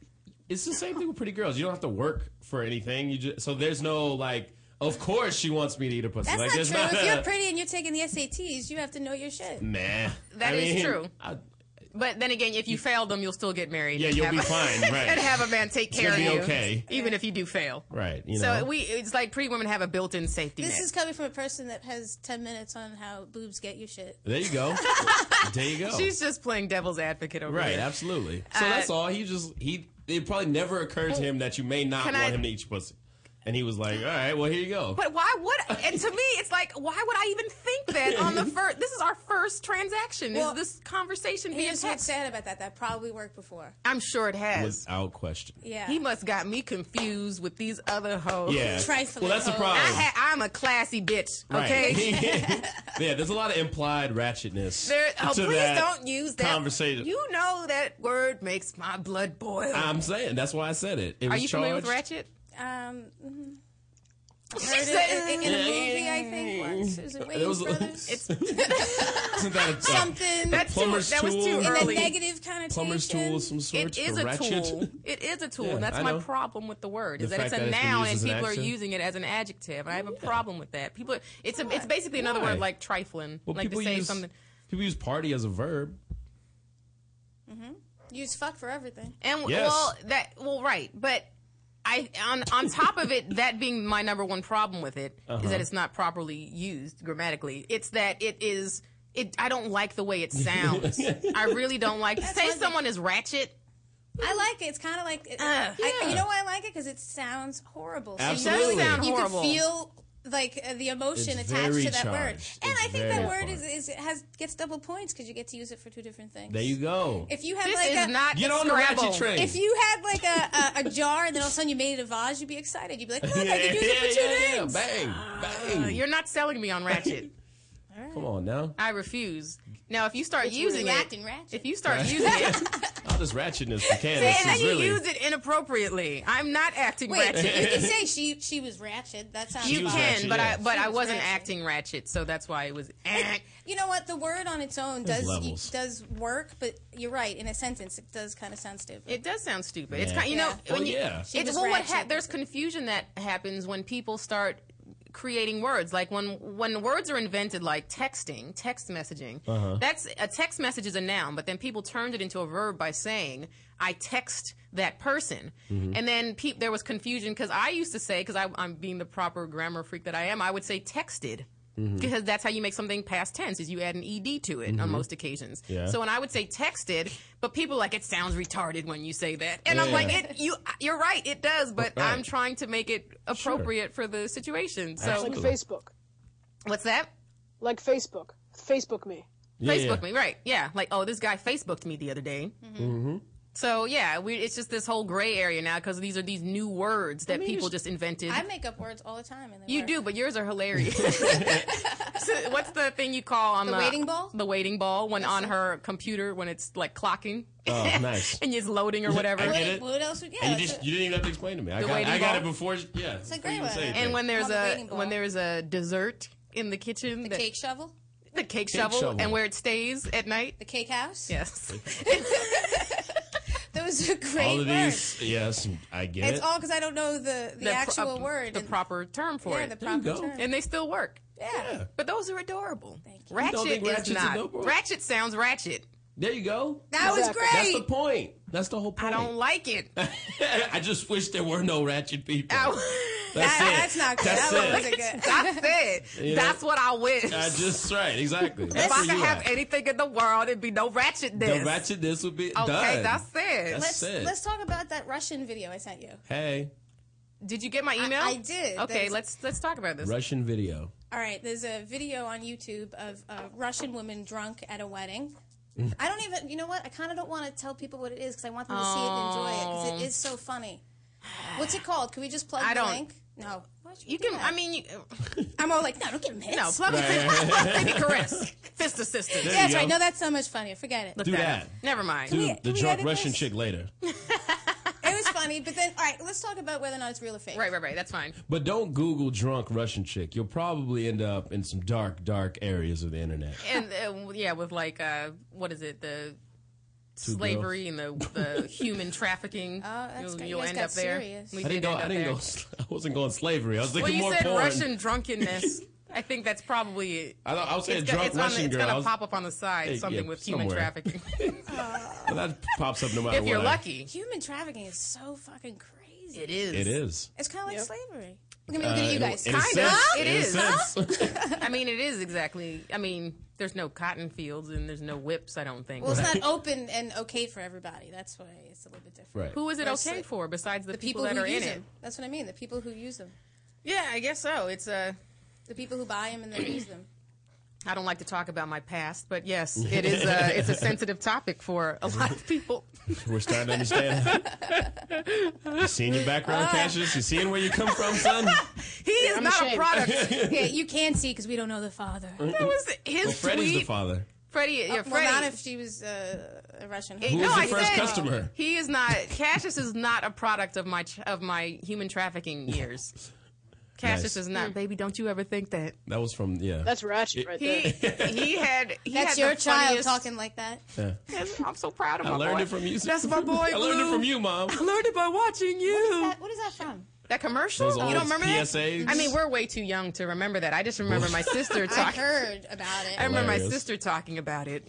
Speaker 5: it's the same thing with pretty girls. You don't have to work for anything. You just so there's no like. Of course, she wants me to eat a pussy.
Speaker 6: That's
Speaker 5: like,
Speaker 6: not
Speaker 5: there's
Speaker 6: true. if
Speaker 5: a-
Speaker 6: you're pretty and you're taking the SATs, you have to know your shit.
Speaker 5: Nah.
Speaker 4: That
Speaker 5: I
Speaker 4: is
Speaker 5: mean,
Speaker 4: true.
Speaker 5: I-
Speaker 4: But then again, if you fail them, you'll still get married.
Speaker 5: Yeah,
Speaker 4: and
Speaker 5: you'll
Speaker 4: have
Speaker 5: be
Speaker 4: a-
Speaker 5: fine, right.
Speaker 4: and have a man take
Speaker 5: It's
Speaker 4: care
Speaker 5: gonna
Speaker 4: of
Speaker 5: be
Speaker 4: you,
Speaker 5: okay.
Speaker 4: even if you do fail.
Speaker 5: right. You know.
Speaker 4: so we, it's like pretty women have a built-in safety
Speaker 6: This
Speaker 4: net.
Speaker 6: is coming from a person that has 10 minutes on how boobs get you shit.
Speaker 5: there you go. there you go.
Speaker 4: She's just playing devil's advocate over
Speaker 5: Oh. right.
Speaker 4: here.
Speaker 5: Absolutely. So
Speaker 4: Uh,
Speaker 5: that's all. He just he. It probably never occurred to him that you may not
Speaker 4: Can
Speaker 5: want
Speaker 4: I-
Speaker 5: him to eat your pussy, and he was like, "All right, well here you go."
Speaker 4: But why would? And to me, it's like, why would I even think that on the first? This is our first transaction.
Speaker 6: Well,
Speaker 4: is this conversation being
Speaker 6: Here's
Speaker 4: text?
Speaker 6: what's sad about that. That probably worked before.
Speaker 4: I'm sure it has.
Speaker 5: Without question.
Speaker 6: Yeah.
Speaker 4: He must got me confused with these other hoes.
Speaker 5: Yeah. Oh. Trifling Well, that's the hoes. problem.
Speaker 4: Oh, I ha- I'm a classy bitch. Okay.
Speaker 5: yeah, there's a lot of implied ratchetness.
Speaker 4: There, oh,
Speaker 5: to
Speaker 4: please
Speaker 5: that
Speaker 4: don't use that
Speaker 5: conversation.
Speaker 4: You know that word makes my blood boil.
Speaker 5: I'm saying that's why I said it. it
Speaker 4: Are
Speaker 5: was
Speaker 4: you familiar with
Speaker 5: charged-
Speaker 4: ratchet?
Speaker 6: Um, mhm.
Speaker 4: She
Speaker 6: Heard it
Speaker 4: said-
Speaker 6: in, in a movie, I think. Once. Is it
Speaker 5: It
Speaker 6: Wayne's
Speaker 5: was-
Speaker 6: Brothers?
Speaker 5: Isn't that a, a
Speaker 6: Something.
Speaker 5: That's too- plumber's that was too tool?
Speaker 6: In
Speaker 5: early.
Speaker 6: a negative connotation.
Speaker 5: plumber's tool of some sort?
Speaker 4: It is
Speaker 5: for
Speaker 4: a
Speaker 5: ratchet?
Speaker 4: tool. It is a tool.
Speaker 5: Yeah,
Speaker 4: and that's
Speaker 5: I
Speaker 4: my
Speaker 5: know.
Speaker 4: problem with the word is
Speaker 5: The
Speaker 4: that it's
Speaker 5: fact
Speaker 4: a
Speaker 5: that it's been
Speaker 4: noun
Speaker 5: used
Speaker 4: and
Speaker 5: as an
Speaker 4: people are
Speaker 5: action?
Speaker 4: using it as an adjective. I have a problem with that. People, it's a, it's basically another
Speaker 5: Why?
Speaker 4: word like trifling,
Speaker 5: Well,
Speaker 4: like to
Speaker 5: people
Speaker 4: say
Speaker 5: use
Speaker 4: something.
Speaker 5: people use party as a verb.
Speaker 6: Mm-hmm. Use fuck for everything.
Speaker 4: And
Speaker 5: Yes.
Speaker 4: well, that well, right, but. I on on top of it, that being my number one problem with it is
Speaker 5: Uh-huh.
Speaker 4: that it's not properly used grammatically. It's that it is it. I don't like the way it sounds. I really don't like. say someone is ratchet.
Speaker 6: I like it. It's kind of like
Speaker 4: Uh,
Speaker 6: it, I, you know why I like it because it sounds horrible. So you-
Speaker 5: Absolutely. It does sound
Speaker 6: you
Speaker 5: horrible.
Speaker 6: can feel like uh, the emotion
Speaker 5: It's
Speaker 6: attached
Speaker 5: very
Speaker 6: to that word,
Speaker 5: charged.
Speaker 6: and
Speaker 5: It's
Speaker 6: I think
Speaker 5: very
Speaker 6: that word is,
Speaker 5: charged.
Speaker 6: is it has gets double points because you get to use it for two different things.
Speaker 5: There you go.
Speaker 6: If you had
Speaker 4: This
Speaker 6: like
Speaker 4: is
Speaker 6: a
Speaker 4: not
Speaker 5: Get on the Scrabble. ratchet train.
Speaker 6: If you had like a, a, a jar and then all of a sudden you made it a vase, you'd be excited. You'd be like, look, I can use it for two things.
Speaker 5: Bang, bang.
Speaker 4: Uh, you're not selling me on ratchet.
Speaker 5: Come on now.
Speaker 4: I refuse. Now, if you start
Speaker 6: It's
Speaker 4: using
Speaker 6: relaxed
Speaker 4: it,
Speaker 6: and ratchet.
Speaker 4: if you start using it,
Speaker 5: All this ratchetness from
Speaker 4: and
Speaker 5: Candace
Speaker 4: then
Speaker 5: is
Speaker 4: you
Speaker 5: really.
Speaker 4: use it inappropriately, I'm not acting
Speaker 6: Wait,
Speaker 4: ratchet.
Speaker 6: you can say she she was ratchet. That sounds.
Speaker 4: you
Speaker 5: was
Speaker 4: can,
Speaker 5: ratchet,
Speaker 4: but
Speaker 5: yeah.
Speaker 4: I but
Speaker 6: She
Speaker 4: I
Speaker 6: was
Speaker 4: wasn't
Speaker 6: ratchet.
Speaker 4: acting ratchet, so that's why it was. eh.
Speaker 6: You know what? The word on its own
Speaker 4: There's
Speaker 6: does
Speaker 4: levels.
Speaker 6: does work, but you're right. In a sentence, it does kind of sound stupid.
Speaker 4: It does sound stupid. It's
Speaker 6: Yeah.
Speaker 4: kind, you know,
Speaker 6: Yeah.
Speaker 4: when
Speaker 6: Well,
Speaker 4: you,
Speaker 6: yeah. She
Speaker 4: it's
Speaker 6: was
Speaker 4: well, what ha-
Speaker 6: ratchet.
Speaker 4: there's confusion that happens when people start creating words. Like when when words are invented, like texting, text messaging.
Speaker 5: Uh-huh.
Speaker 4: That's a text message is a noun, but then people turned it into a verb by saying, "I text that person,"
Speaker 5: Mhm.
Speaker 4: and then peop there was confusion because I used to say, because I'm being the proper grammar freak that I am, I would say texted.
Speaker 5: Mhm.
Speaker 4: Because that's how you make something past tense is you add an ed to it on
Speaker 5: Mhm.
Speaker 4: most occasions.
Speaker 5: Yeah.
Speaker 4: So when I would say texted, but people like it sounds retarded when you say that, and I'm
Speaker 5: Yeah.
Speaker 4: like, it, you you're right, it does, but
Speaker 5: Right.
Speaker 4: I'm trying to make it appropriate for the situation. So
Speaker 7: Like Facebook.
Speaker 4: What's that?
Speaker 7: Like Facebook. Facebook me.
Speaker 5: Yeah,
Speaker 4: Facebook
Speaker 5: yeah.
Speaker 4: me, right? Yeah, like oh, this guy Facebooked me the other day.
Speaker 5: Mm-hmm.
Speaker 4: So yeah, we, it's just this whole gray area now because these are these new words that
Speaker 6: mean,
Speaker 4: people
Speaker 6: it's-
Speaker 4: just invented.
Speaker 6: I make up words all the time. And they
Speaker 4: you
Speaker 6: work.
Speaker 4: do, but yours are hilarious. So what's the thing you call on
Speaker 6: The
Speaker 4: the,
Speaker 6: waiting ball?
Speaker 4: The waiting ball when on her computer when it's like clocking.
Speaker 5: Oh, nice.
Speaker 4: and it's loading or whatever.
Speaker 5: I get it.
Speaker 6: What else would yeah?
Speaker 5: and you
Speaker 6: that's
Speaker 5: just
Speaker 6: a-
Speaker 5: you didn't even have to explain to me. I
Speaker 4: The
Speaker 5: got
Speaker 4: waiting
Speaker 5: I got it
Speaker 4: ball.
Speaker 5: before. Yeah. It's
Speaker 6: a great one.
Speaker 4: And when there's
Speaker 6: I'm on the
Speaker 4: a
Speaker 6: waiting
Speaker 4: when there's a dessert in the kitchen, the
Speaker 6: cake shovel,
Speaker 4: the cake,
Speaker 6: Cake
Speaker 4: shovel,
Speaker 6: shovel.
Speaker 4: and where it stays at night.
Speaker 6: the cake house.
Speaker 4: Yes,
Speaker 6: that was a great
Speaker 5: all of
Speaker 6: word.
Speaker 5: these, yes, I get
Speaker 6: it's
Speaker 5: it.
Speaker 6: all because I don't know the the,
Speaker 4: pro-
Speaker 6: actual
Speaker 4: uh,
Speaker 6: word.
Speaker 4: the
Speaker 6: and-
Speaker 4: proper term for
Speaker 6: Yeah,
Speaker 4: it.
Speaker 6: the There you proper go. term.
Speaker 4: and they still work.
Speaker 6: Yeah.
Speaker 4: but those are adorable.
Speaker 5: You don't
Speaker 4: Ratchet
Speaker 5: think
Speaker 4: is
Speaker 5: ratchet's
Speaker 4: not.
Speaker 5: adorable?
Speaker 4: Ratchet sounds ratchet.
Speaker 5: there you go.
Speaker 4: That was Exactly.
Speaker 5: That's the
Speaker 4: great.
Speaker 5: point. That's the whole
Speaker 4: I
Speaker 5: point.
Speaker 4: don't like it.
Speaker 5: I just wish there were no ratchet people. That's it.
Speaker 4: That's not
Speaker 5: good. That's That it. wasn't
Speaker 4: good. That's it.
Speaker 5: You know?
Speaker 4: That's what I wish.
Speaker 5: I just right, exactly.
Speaker 4: if
Speaker 5: That's
Speaker 4: I
Speaker 5: where
Speaker 4: could
Speaker 5: you
Speaker 4: have
Speaker 5: at.
Speaker 4: anything in the world, it'd be no ratchet
Speaker 5: The ratchet this would be
Speaker 4: Okay,
Speaker 5: done.
Speaker 4: that's it.
Speaker 5: That's
Speaker 6: let's
Speaker 5: it.
Speaker 6: let's talk about that Russian video I sent you.
Speaker 5: hey,
Speaker 4: Did you get my email?
Speaker 6: I did.
Speaker 4: Okay,
Speaker 6: There's-
Speaker 4: let's let's talk about this.
Speaker 5: Russian video.
Speaker 6: All right, there's a video on YouTube of a Russian woman drunk at a wedding.
Speaker 4: Mm.
Speaker 6: I don't even, you know what? I kind of don't want to tell people what it is because I want them to see it and enjoy it because
Speaker 4: Oh.
Speaker 6: it is so funny. What's it called? Can we just plug
Speaker 4: I
Speaker 6: the
Speaker 4: don't-
Speaker 6: link? No.
Speaker 4: You can. I mean, you,
Speaker 6: I'm all like, no, don't give him hits.
Speaker 4: no, plug
Speaker 6: yeah,
Speaker 4: right. baby caress, fist assistance.
Speaker 6: that's right. No, that's so much funnier. Forget it.
Speaker 4: Look
Speaker 5: Do
Speaker 4: that.
Speaker 5: that.
Speaker 4: up. Never mind.
Speaker 5: Do the drunk Russian chick later.
Speaker 6: It was funny, but then, all right, let's talk about whether or not it's real or fake.
Speaker 4: Right, right, right. That's fine.
Speaker 5: But don't Google drunk Russian chick. You'll probably end up in some dark, dark areas of the internet.
Speaker 4: and uh, yeah, with like uh, what is it the
Speaker 5: Two
Speaker 4: slavery and the, the human trafficking? Oh,
Speaker 6: that's
Speaker 4: you'll,
Speaker 6: good. You
Speaker 4: you'll
Speaker 6: guys
Speaker 4: end
Speaker 6: got
Speaker 4: up there.
Speaker 6: serious.
Speaker 5: I didn't go. I didn't go. I wasn't going slavery. I was
Speaker 4: well,
Speaker 5: thinking
Speaker 4: you
Speaker 5: more
Speaker 4: said
Speaker 5: porn.
Speaker 4: Russian drunkenness. I think that's probably it.
Speaker 5: I thought- I was saying
Speaker 4: It's go-
Speaker 5: drunk
Speaker 4: it's on the-
Speaker 5: Russian
Speaker 4: It's
Speaker 5: girl. I
Speaker 4: gonna
Speaker 5: was-
Speaker 4: pop up on the
Speaker 5: Hey,
Speaker 4: side,
Speaker 5: yeah,
Speaker 4: somewhere with human
Speaker 5: somewhere.
Speaker 4: trafficking.
Speaker 5: Well, that pops up no matter
Speaker 4: if you're
Speaker 5: what.
Speaker 4: lucky,
Speaker 6: Human trafficking is so fucking crazy.
Speaker 4: It is.
Speaker 5: It is.
Speaker 6: It's kind of like slavery.
Speaker 4: I mean,
Speaker 5: Uh,
Speaker 4: look at you
Speaker 5: in-
Speaker 4: guys.
Speaker 5: in a sense,
Speaker 4: It
Speaker 5: in a
Speaker 4: is.
Speaker 5: sense.
Speaker 4: I mean, it is exactly. I mean, there's no cotton fields and there's no whips. I don't think.
Speaker 6: Well, it's not open and okay for everybody. That's why it's a little bit different.
Speaker 4: Who is it
Speaker 6: Or
Speaker 4: okay
Speaker 6: sla-
Speaker 4: for besides the,
Speaker 6: The people,
Speaker 4: that
Speaker 6: who
Speaker 4: are in
Speaker 6: use
Speaker 4: it?
Speaker 6: them. That's what I mean. The people who use them.
Speaker 4: Yeah, I guess so. It's uh, a.
Speaker 6: The people who buy them and then use them.
Speaker 4: I don't like to talk about my past, but yes, it is a it's a sensitive topic for a lot of people.
Speaker 5: We're starting to understand. you seeing your background,
Speaker 4: Ah.
Speaker 5: Cassius? You seeing where you come from, son?
Speaker 4: He is
Speaker 6: I'm
Speaker 4: not a
Speaker 6: ashamed.
Speaker 4: product.
Speaker 6: yeah, you can see because we don't know the father.
Speaker 4: That was his
Speaker 5: well, Freddie's the
Speaker 4: tweet.
Speaker 5: father.
Speaker 4: Freddie, yeah,
Speaker 6: Uh, well, not
Speaker 4: Freddie.
Speaker 6: if she was uh, a Russian.
Speaker 4: It-
Speaker 5: Who
Speaker 4: no,
Speaker 5: was the
Speaker 4: I
Speaker 5: first
Speaker 4: said
Speaker 5: customer?
Speaker 4: he is not. Cassius is not a product of my ch- of my human trafficking years. Cassius
Speaker 5: Nice.
Speaker 4: is
Speaker 6: Hmm.
Speaker 4: not. Baby, don't you ever think that
Speaker 5: That was from yeah.
Speaker 4: ratchet right there. He had. He
Speaker 6: That's
Speaker 4: had
Speaker 6: your
Speaker 4: the
Speaker 6: child
Speaker 4: funniest-
Speaker 6: talking like that.
Speaker 5: Yeah.
Speaker 4: Yes, I'm so proud of
Speaker 5: I
Speaker 4: my
Speaker 5: learned
Speaker 4: boy.
Speaker 5: it from you.
Speaker 4: That's my boy.
Speaker 5: I learned it
Speaker 4: Blue.
Speaker 5: from you, mom.
Speaker 4: I learned it by watching you.
Speaker 6: What is that from?
Speaker 4: That commercial?
Speaker 5: Those
Speaker 4: you
Speaker 5: old
Speaker 4: don't remember
Speaker 5: PSAs?
Speaker 4: that? I mean, we're way too young to remember that. I just remember my sister
Speaker 6: I
Speaker 4: talking.
Speaker 6: heard about it.
Speaker 4: I remember my
Speaker 5: Hilarious.
Speaker 4: sister talking about it.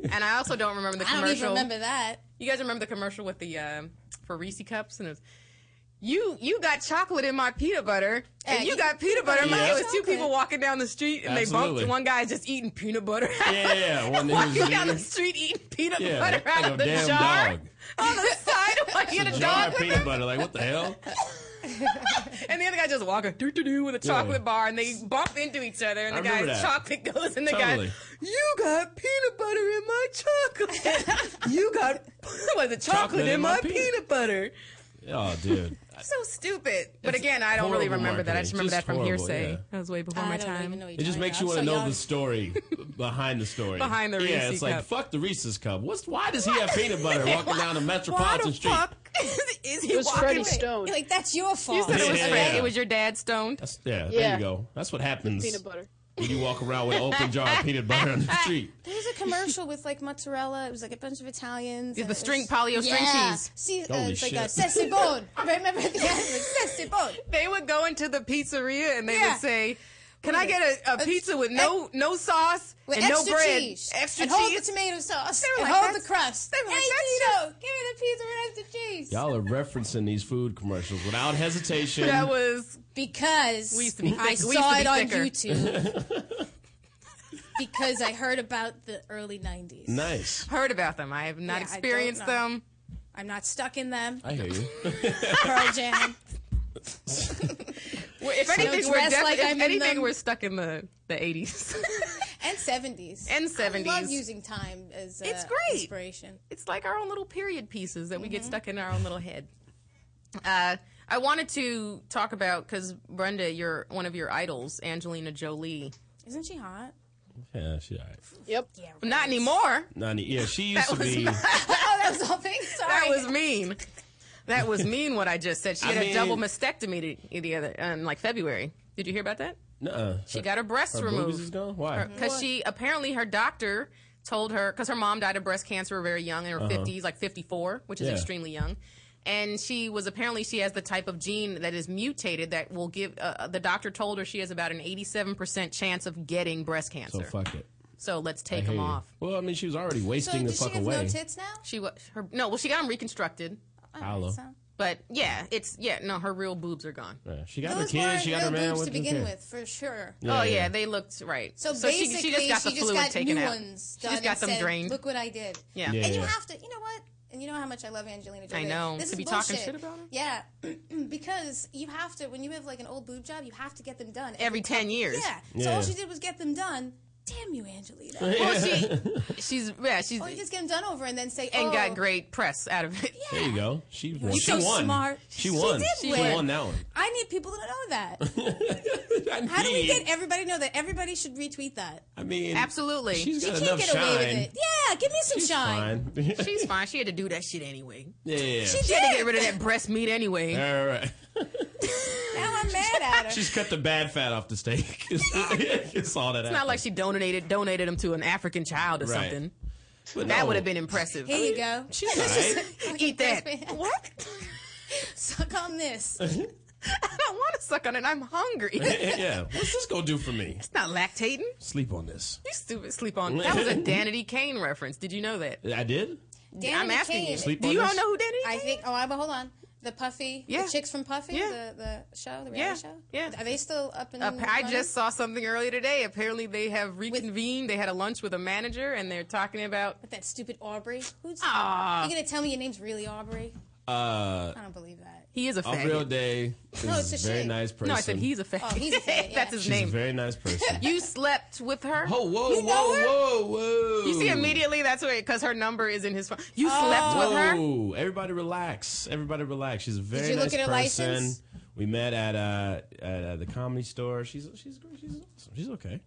Speaker 4: and I also don't remember the
Speaker 6: I
Speaker 4: commercial.
Speaker 6: don't even remember that.
Speaker 4: You guys remember the commercial with the um, for Reese cups and it was, you you got chocolate in my peanut butter and
Speaker 6: Yeah,
Speaker 4: you
Speaker 6: you-
Speaker 4: got peanut butter in
Speaker 5: Yeah.
Speaker 4: mine. It was two
Speaker 6: Chocolate.
Speaker 4: people walking down the street and they bumped.
Speaker 5: Absolutely.
Speaker 4: and One guy just eating peanut butter.
Speaker 5: Yeah, yeah, one that
Speaker 4: walking
Speaker 5: was
Speaker 4: down the
Speaker 5: eating-
Speaker 4: street eating peanut
Speaker 5: Yeah,
Speaker 4: butter
Speaker 5: like
Speaker 4: out
Speaker 5: a
Speaker 4: of the
Speaker 5: damn
Speaker 4: jar
Speaker 5: dog.
Speaker 4: on the side. I'm Like you had a
Speaker 5: Jar
Speaker 4: dog
Speaker 5: of
Speaker 4: with
Speaker 5: peanut butter. Like what the hell?
Speaker 4: And the other guy just walking doo doo doo with a
Speaker 5: Yeah.
Speaker 4: chocolate bar, and they bump into each other, and
Speaker 5: I
Speaker 4: the
Speaker 5: remember
Speaker 4: guy's
Speaker 5: that.
Speaker 4: chocolate goes in the
Speaker 5: Totally.
Speaker 4: guy. You got peanut butter in my chocolate. you got was it chocolate, in my, peanut. butter?
Speaker 5: Oh, dude.
Speaker 4: So stupid. But
Speaker 5: It's
Speaker 4: again, I don't really
Speaker 5: horrible
Speaker 4: remember that. I
Speaker 5: marketing.
Speaker 4: just remember that
Speaker 5: Just
Speaker 4: from
Speaker 5: horrible,
Speaker 4: hearsay.
Speaker 5: yeah.
Speaker 4: That was way before my time.
Speaker 5: It just makes you want to know the story behind the story.
Speaker 4: Behind the
Speaker 5: Yeah,
Speaker 4: Reese's
Speaker 5: it's like
Speaker 4: cup.
Speaker 5: fuck the Reese's cup. What's why does he have peanut butter walking down a metropolitan street?
Speaker 4: Is
Speaker 7: It was
Speaker 4: walking
Speaker 7: Freddie
Speaker 4: with-
Speaker 7: Stone.
Speaker 6: You're like, that's your fault.
Speaker 4: You said it was
Speaker 5: Yeah, yeah,
Speaker 4: Fred.
Speaker 5: yeah.
Speaker 4: It was your dad stoned.
Speaker 5: That's, yeah, there
Speaker 4: Yeah.
Speaker 5: you go. That's what happens
Speaker 7: Peanut butter.
Speaker 5: when you walk around with an open jar of peanut butter on the street.
Speaker 6: There was a commercial with like mozzarella. It was like a bunch of Italians.
Speaker 4: Yeah,
Speaker 6: and
Speaker 4: the
Speaker 6: it
Speaker 4: string-
Speaker 6: was-
Speaker 4: polio string
Speaker 6: Yeah.
Speaker 4: cheese.
Speaker 6: See, uh,
Speaker 4: Holy
Speaker 6: it's like a
Speaker 4: shit.
Speaker 6: sessi bone. Remember the yeah, like sessi bone.
Speaker 4: They would go into the pizzeria and they
Speaker 6: Yeah.
Speaker 4: would say, "Can I get a, a pizza with no no sauce
Speaker 6: With
Speaker 4: and
Speaker 6: extra
Speaker 4: no bread,
Speaker 6: cheese.
Speaker 4: extra
Speaker 6: and
Speaker 4: cheese?"
Speaker 6: hold the tomato sauce.
Speaker 4: They were
Speaker 6: and
Speaker 4: like,
Speaker 6: hold the
Speaker 4: that's-
Speaker 6: crust.
Speaker 4: they were like,
Speaker 6: hey,
Speaker 4: that's
Speaker 6: Tito, give me the pizza with extra cheese.
Speaker 5: Y'all are referencing these food commercials without hesitation.
Speaker 4: That was
Speaker 6: Because
Speaker 4: We used to be thick-
Speaker 6: I
Speaker 4: we used to
Speaker 6: saw
Speaker 4: be
Speaker 6: it on
Speaker 4: thicker.
Speaker 6: YouTube. because I heard about the early 90s.
Speaker 5: nice.
Speaker 4: heard about them. I have not
Speaker 6: Yeah, I don't
Speaker 4: experienced
Speaker 6: know.
Speaker 4: them.
Speaker 6: I'm not stuck in them.
Speaker 5: I hear you.
Speaker 6: Pearl Jam.
Speaker 4: Well, If
Speaker 6: So
Speaker 4: anything, we're
Speaker 6: dress
Speaker 4: defi-
Speaker 6: like
Speaker 4: if
Speaker 6: I'm in
Speaker 4: anything,
Speaker 6: them.
Speaker 4: we're stuck in the the eighties.
Speaker 6: and 70s.
Speaker 4: And
Speaker 6: I love
Speaker 4: 70s.
Speaker 6: using time as uh,
Speaker 4: It's great.
Speaker 6: inspiration.
Speaker 4: it's like our own little period pieces that we
Speaker 6: Mm-hmm.
Speaker 4: get stuck in our own little head. Uh, I wanted to talk about because Brenda, you're one of your idols, Angelina Jolie.
Speaker 6: Isn't she hot?
Speaker 5: Yeah, she all right.
Speaker 7: Yep.
Speaker 4: Not anymore.
Speaker 5: Nah, yeah, she
Speaker 4: That
Speaker 5: used to
Speaker 4: was
Speaker 5: be.
Speaker 6: oh, that was all things. Sorry.
Speaker 4: That was mean. That was mean what I just said. She
Speaker 5: I
Speaker 4: had
Speaker 5: mean-
Speaker 4: a double mastectomy the, the other in like February. Did you hear about that?
Speaker 5: Nuh-uh.
Speaker 4: She got her breasts
Speaker 5: her
Speaker 4: removed.
Speaker 5: Boobies uh, is gone? Why?
Speaker 4: Because she apparently her doctor told her because her mom died of breast cancer very young in her
Speaker 5: Uh-huh.
Speaker 4: 50s, like 54, which is
Speaker 5: Yeah.
Speaker 4: extremely young. And she was apparently she has the type of gene that is mutated that will give. Uh, the doctor told her she has about an 87% chance of getting breast
Speaker 5: so
Speaker 4: cancer.
Speaker 5: fuck it.
Speaker 4: So let's
Speaker 5: I
Speaker 4: take
Speaker 5: hear
Speaker 4: them
Speaker 5: you.
Speaker 4: off.
Speaker 5: Well, I mean, she was already wasting the
Speaker 6: does
Speaker 5: fuck
Speaker 6: she have
Speaker 5: away.
Speaker 6: no tits now?
Speaker 4: She was her no. Well, she got them reconstructed.
Speaker 5: Holla.
Speaker 4: But yeah, it's yeah. No, her real boobs are gone.
Speaker 5: Yeah, she got her
Speaker 6: Those
Speaker 5: kid.
Speaker 6: weren't
Speaker 5: She got her
Speaker 6: real
Speaker 5: man
Speaker 6: boobs
Speaker 5: with
Speaker 6: to
Speaker 5: who
Speaker 6: begin
Speaker 5: cares?
Speaker 6: with, for sure.
Speaker 4: oh yeah, they looked right.
Speaker 6: So, basically, she, just got,
Speaker 4: the fluid taken
Speaker 6: new
Speaker 4: out.
Speaker 6: ones
Speaker 4: She
Speaker 6: done.
Speaker 4: just got
Speaker 6: and
Speaker 4: them
Speaker 6: said,
Speaker 4: drained.
Speaker 6: Look what I did.
Speaker 4: Yeah.
Speaker 5: Yeah,
Speaker 6: and you
Speaker 5: yeah.
Speaker 6: have to, you know what? And you know how much I love Angelina
Speaker 4: I
Speaker 6: Jolie.
Speaker 4: know.
Speaker 6: This
Speaker 4: To
Speaker 6: is
Speaker 4: be
Speaker 6: bullshit.
Speaker 4: talking shit about her?
Speaker 6: Yeah, because you have to when you have like an old boob job, you have to get them done
Speaker 4: Every 10 years.
Speaker 6: Yeah. So all
Speaker 4: Yeah.
Speaker 6: she did was get them done. Damn you, Angelina.
Speaker 4: Well, she, she's yeah, she's
Speaker 6: Oh, you just get them done over and then say,
Speaker 4: and
Speaker 6: oh,
Speaker 4: got great press out of it.
Speaker 5: There you go. She won.
Speaker 6: She's
Speaker 5: she
Speaker 6: so
Speaker 5: won.
Speaker 6: smart.
Speaker 5: She
Speaker 6: She
Speaker 5: won.
Speaker 6: did
Speaker 5: She,
Speaker 6: win.
Speaker 5: won that one.
Speaker 6: I need people to know that. How do we
Speaker 5: mean-
Speaker 6: get everybody to know that? Everybody should retweet that.
Speaker 5: I mean,
Speaker 4: Absolutely.
Speaker 5: She's
Speaker 6: she
Speaker 5: got
Speaker 6: can't
Speaker 5: enough
Speaker 6: get
Speaker 5: shine.
Speaker 6: away with it. Yeah, give me some
Speaker 4: She's
Speaker 6: shine.
Speaker 5: Fine.
Speaker 4: She's fine. She had to do that shit anyway.
Speaker 5: yeah.
Speaker 4: She, had to get rid of that breast meat anyway.
Speaker 5: All right.
Speaker 6: now I'm mad at her.
Speaker 5: She's cut the bad fat off the steak. it's all that.
Speaker 4: It's not like she donated donated them to an African child or
Speaker 5: Right.
Speaker 4: something.
Speaker 5: But
Speaker 4: that
Speaker 5: no.
Speaker 4: would have been impressive.
Speaker 6: Here you go.
Speaker 4: She's Eat that. What?
Speaker 6: Suck on this.
Speaker 5: happened.
Speaker 4: I don't want to suck on it. I'm hungry.
Speaker 5: yeah. What's this gonna do for me?
Speaker 4: It's not lactating.
Speaker 5: Sleep on this.
Speaker 4: You stupid sleep on. That was a Danity Kane reference. Did you know that?
Speaker 5: I did.
Speaker 4: I'm
Speaker 6: Danny
Speaker 4: asking
Speaker 6: Kane.
Speaker 4: you. do you all know who Danny?
Speaker 6: I think. Oh, I, but hold on. The Puffy,
Speaker 4: Yeah.
Speaker 6: the chicks from Puffy,
Speaker 4: Yeah.
Speaker 6: the, the show, the reality
Speaker 4: Yeah.
Speaker 6: show. Yeah. Are they still up in?
Speaker 4: Uh, I
Speaker 6: London?
Speaker 4: just saw something earlier today. Apparently, they have reconvened. they had a lunch with a manager, and they're talking about
Speaker 6: that stupid Aubrey. Who's?
Speaker 4: Ah.
Speaker 6: You gonna tell me your name's really Aubrey?
Speaker 5: Uh,
Speaker 6: I don't believe that.
Speaker 4: He is a faggot.
Speaker 5: Aubrey O'Day is
Speaker 6: No, it's
Speaker 5: a
Speaker 6: a
Speaker 5: very
Speaker 6: she.
Speaker 5: nice person.
Speaker 4: No, I said he's a faggot.
Speaker 6: Oh, he's a faggot,
Speaker 4: That's his
Speaker 5: She's a
Speaker 4: name.
Speaker 5: very nice person.
Speaker 4: you slept with her.
Speaker 5: Oh, whoa,
Speaker 4: You know
Speaker 5: whoa,
Speaker 4: her?
Speaker 5: whoa, whoa.
Speaker 4: You see immediately that's where because her number is in his phone. You slept with her.
Speaker 5: Whoa, everybody relax. Everybody relax. She's a very
Speaker 4: you
Speaker 5: nice
Speaker 4: look at her
Speaker 5: person.
Speaker 4: license?
Speaker 5: We met at uh, at uh, the comedy store. She's she's great. She's awesome. She's okay.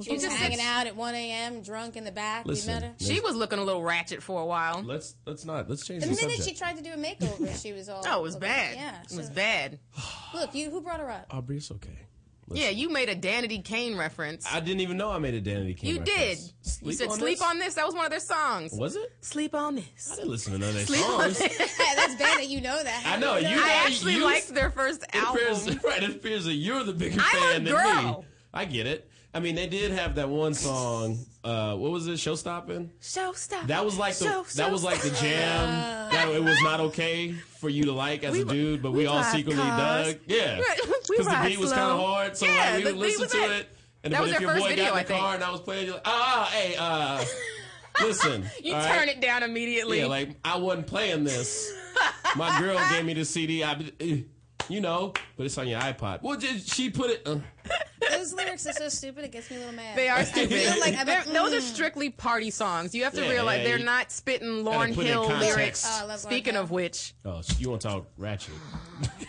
Speaker 6: She was
Speaker 4: just-
Speaker 6: hanging out at 1 a.m. drunk in the back.
Speaker 5: Listen,
Speaker 6: we met her.
Speaker 4: She was looking a little ratchet for a while.
Speaker 5: Let's let's not let's change
Speaker 6: The
Speaker 5: the,
Speaker 6: minute
Speaker 5: subject.
Speaker 6: she tried to do a makeover, she was all.
Speaker 4: Oh, it was
Speaker 6: over-
Speaker 4: bad.
Speaker 6: Yeah,
Speaker 4: it was
Speaker 6: so-
Speaker 4: bad.
Speaker 6: Look, you who brought her up?
Speaker 5: Aubrey, it's okay.
Speaker 4: Yeah, you made a Danity Kane reference.
Speaker 5: I didn't even know I made a Danny King.
Speaker 4: you
Speaker 5: reference.
Speaker 4: did. you said "Sleep on this." That was one of their songs.
Speaker 5: Was it?
Speaker 4: Sleep on this.
Speaker 5: I didn't listen to none of their
Speaker 4: Sleep on
Speaker 5: songs.
Speaker 4: this.
Speaker 6: Hey, that's bad that you know that.
Speaker 5: I know, you
Speaker 4: I
Speaker 5: know,
Speaker 4: actually
Speaker 5: you-
Speaker 4: liked their first album.
Speaker 5: It appears, right, it appears that you're the bigger
Speaker 4: I'm a
Speaker 5: fan than
Speaker 4: girl.
Speaker 5: me. I get it. I mean, they did have that one song. Uh, what was it? Showstopping.
Speaker 4: Show stop.
Speaker 5: That was like the that was like the jam. that it was not okay for you to like as a dude, but we, all
Speaker 4: ride
Speaker 5: secretly
Speaker 4: cars.
Speaker 5: dug. Yeah,
Speaker 4: Right, we
Speaker 5: because the
Speaker 4: ride
Speaker 5: beat was kind of
Speaker 4: slow.
Speaker 5: hard, so
Speaker 4: Yeah,
Speaker 5: like, we
Speaker 4: the
Speaker 5: would
Speaker 4: beat
Speaker 5: listen
Speaker 4: was
Speaker 5: to
Speaker 4: it.
Speaker 5: it. And
Speaker 4: That
Speaker 5: but
Speaker 4: was
Speaker 5: if
Speaker 4: their
Speaker 5: your
Speaker 4: first
Speaker 5: boy
Speaker 4: video,
Speaker 5: got
Speaker 4: I
Speaker 5: in the
Speaker 4: think.
Speaker 5: car and I was playing, you're like, ah, hey, uh, listen,
Speaker 4: You
Speaker 5: all
Speaker 4: turn
Speaker 5: right?
Speaker 4: it down immediately.
Speaker 5: Yeah, like I wasn't playing this. My girl gave me the CD. I, eh, you know, but it's on your iPod. Well, did she put it? Uh,
Speaker 6: Those lyrics are so stupid. It gets me a little mad.
Speaker 4: They are stupid.
Speaker 6: feel like Mm. I'm
Speaker 4: They're-
Speaker 6: like,
Speaker 4: Those are strictly party songs. You have to
Speaker 5: Yeah,
Speaker 4: realize
Speaker 5: yeah,
Speaker 4: they're
Speaker 5: you
Speaker 4: not spitting Lauren
Speaker 5: put it in
Speaker 4: Hill
Speaker 5: context.
Speaker 4: lyrics.
Speaker 5: Oh, I
Speaker 6: love Lauryn
Speaker 4: Speaking of which,
Speaker 5: oh, you want to talk ratchet?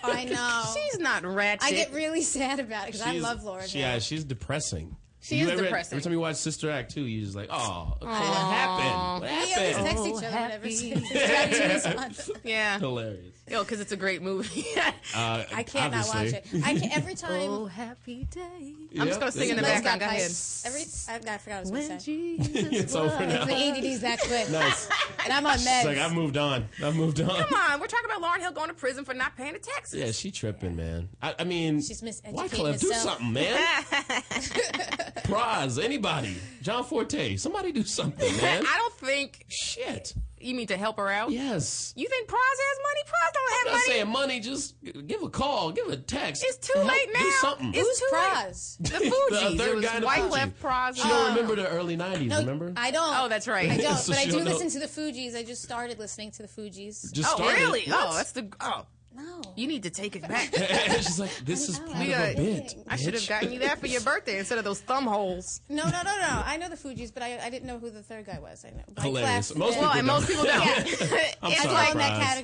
Speaker 6: I know.
Speaker 4: she's not ratchet.
Speaker 6: I get really sad about it because I
Speaker 5: She's-
Speaker 6: love Laura.
Speaker 5: She,
Speaker 6: Hill.
Speaker 5: yeah, she's depressing.
Speaker 6: She
Speaker 5: You
Speaker 6: is
Speaker 5: ever-
Speaker 6: depressing.
Speaker 5: Every time you watch Sister Act 2, you're just like, oh, what
Speaker 4: Aw.
Speaker 5: happened? What
Speaker 6: We always
Speaker 5: happened?
Speaker 6: text each other whenever
Speaker 5: happy.
Speaker 6: she's
Speaker 4: yeah.
Speaker 5: Hilarious.
Speaker 4: Yo, because it's a great movie.
Speaker 5: Uh,
Speaker 6: I cannot
Speaker 5: obviously.
Speaker 6: watch it. I can every time.
Speaker 4: Oh,
Speaker 6: happy day.
Speaker 4: I'm just gonna sing in the background. Go ahead.
Speaker 6: Every I, I forgot what I was going to say.
Speaker 5: it's over now.
Speaker 6: The ADD's that quick.
Speaker 5: Nice.
Speaker 6: And I'm on
Speaker 5: She's
Speaker 6: meds.
Speaker 5: like, I've moved on. I've moved on.
Speaker 4: Come on, we're talking about Lauren Hill going to prison for not paying the taxes.
Speaker 5: Yeah, she tripping, man. I, I mean,
Speaker 4: She's miseducating
Speaker 5: Wyclef, do
Speaker 4: herself.
Speaker 5: something, man. Praz, anybody. John Forte, somebody do something, man.
Speaker 4: I don't think.
Speaker 5: Shit.
Speaker 4: You mean to help her out?
Speaker 5: Yes.
Speaker 4: You think Proz has money? Proz don't have
Speaker 5: I'm not
Speaker 4: money.
Speaker 5: saying money, just give a call, give a text.
Speaker 4: It's too
Speaker 5: Help-
Speaker 4: late now.
Speaker 5: Do something.
Speaker 4: It's too late. The Fugees.
Speaker 5: third
Speaker 4: it was Oh.
Speaker 5: guy in the
Speaker 4: White
Speaker 5: Fugees.
Speaker 4: Left Proz.
Speaker 5: She don't remember the early '90s.
Speaker 6: No,
Speaker 5: remember?
Speaker 6: I don't. Oh,
Speaker 4: that's right.
Speaker 6: I don't.
Speaker 5: So
Speaker 6: but I
Speaker 5: she
Speaker 6: do
Speaker 5: don't know.
Speaker 6: listen to the Fugees. I just started listening to the Fugees.
Speaker 5: Just
Speaker 4: oh,
Speaker 5: started.
Speaker 4: really?
Speaker 5: What?
Speaker 4: Oh, that's the. Oh.
Speaker 6: No.
Speaker 4: You need to take it back.
Speaker 5: She's like, this is part
Speaker 4: We,
Speaker 5: of a
Speaker 4: uh,
Speaker 5: bit.
Speaker 4: I should have
Speaker 5: bitch.
Speaker 4: gotten you that for your birthday instead of those thumb holes.
Speaker 6: No, no, no, no. I know the Fugees, but I, I didn't know who the third guy was. I know. Mike
Speaker 5: Hilarious.
Speaker 6: Leff,
Speaker 5: Most
Speaker 6: Bill-
Speaker 5: people
Speaker 4: Well, and most people don't.
Speaker 5: I'm
Speaker 4: it's
Speaker 5: sorry,
Speaker 4: like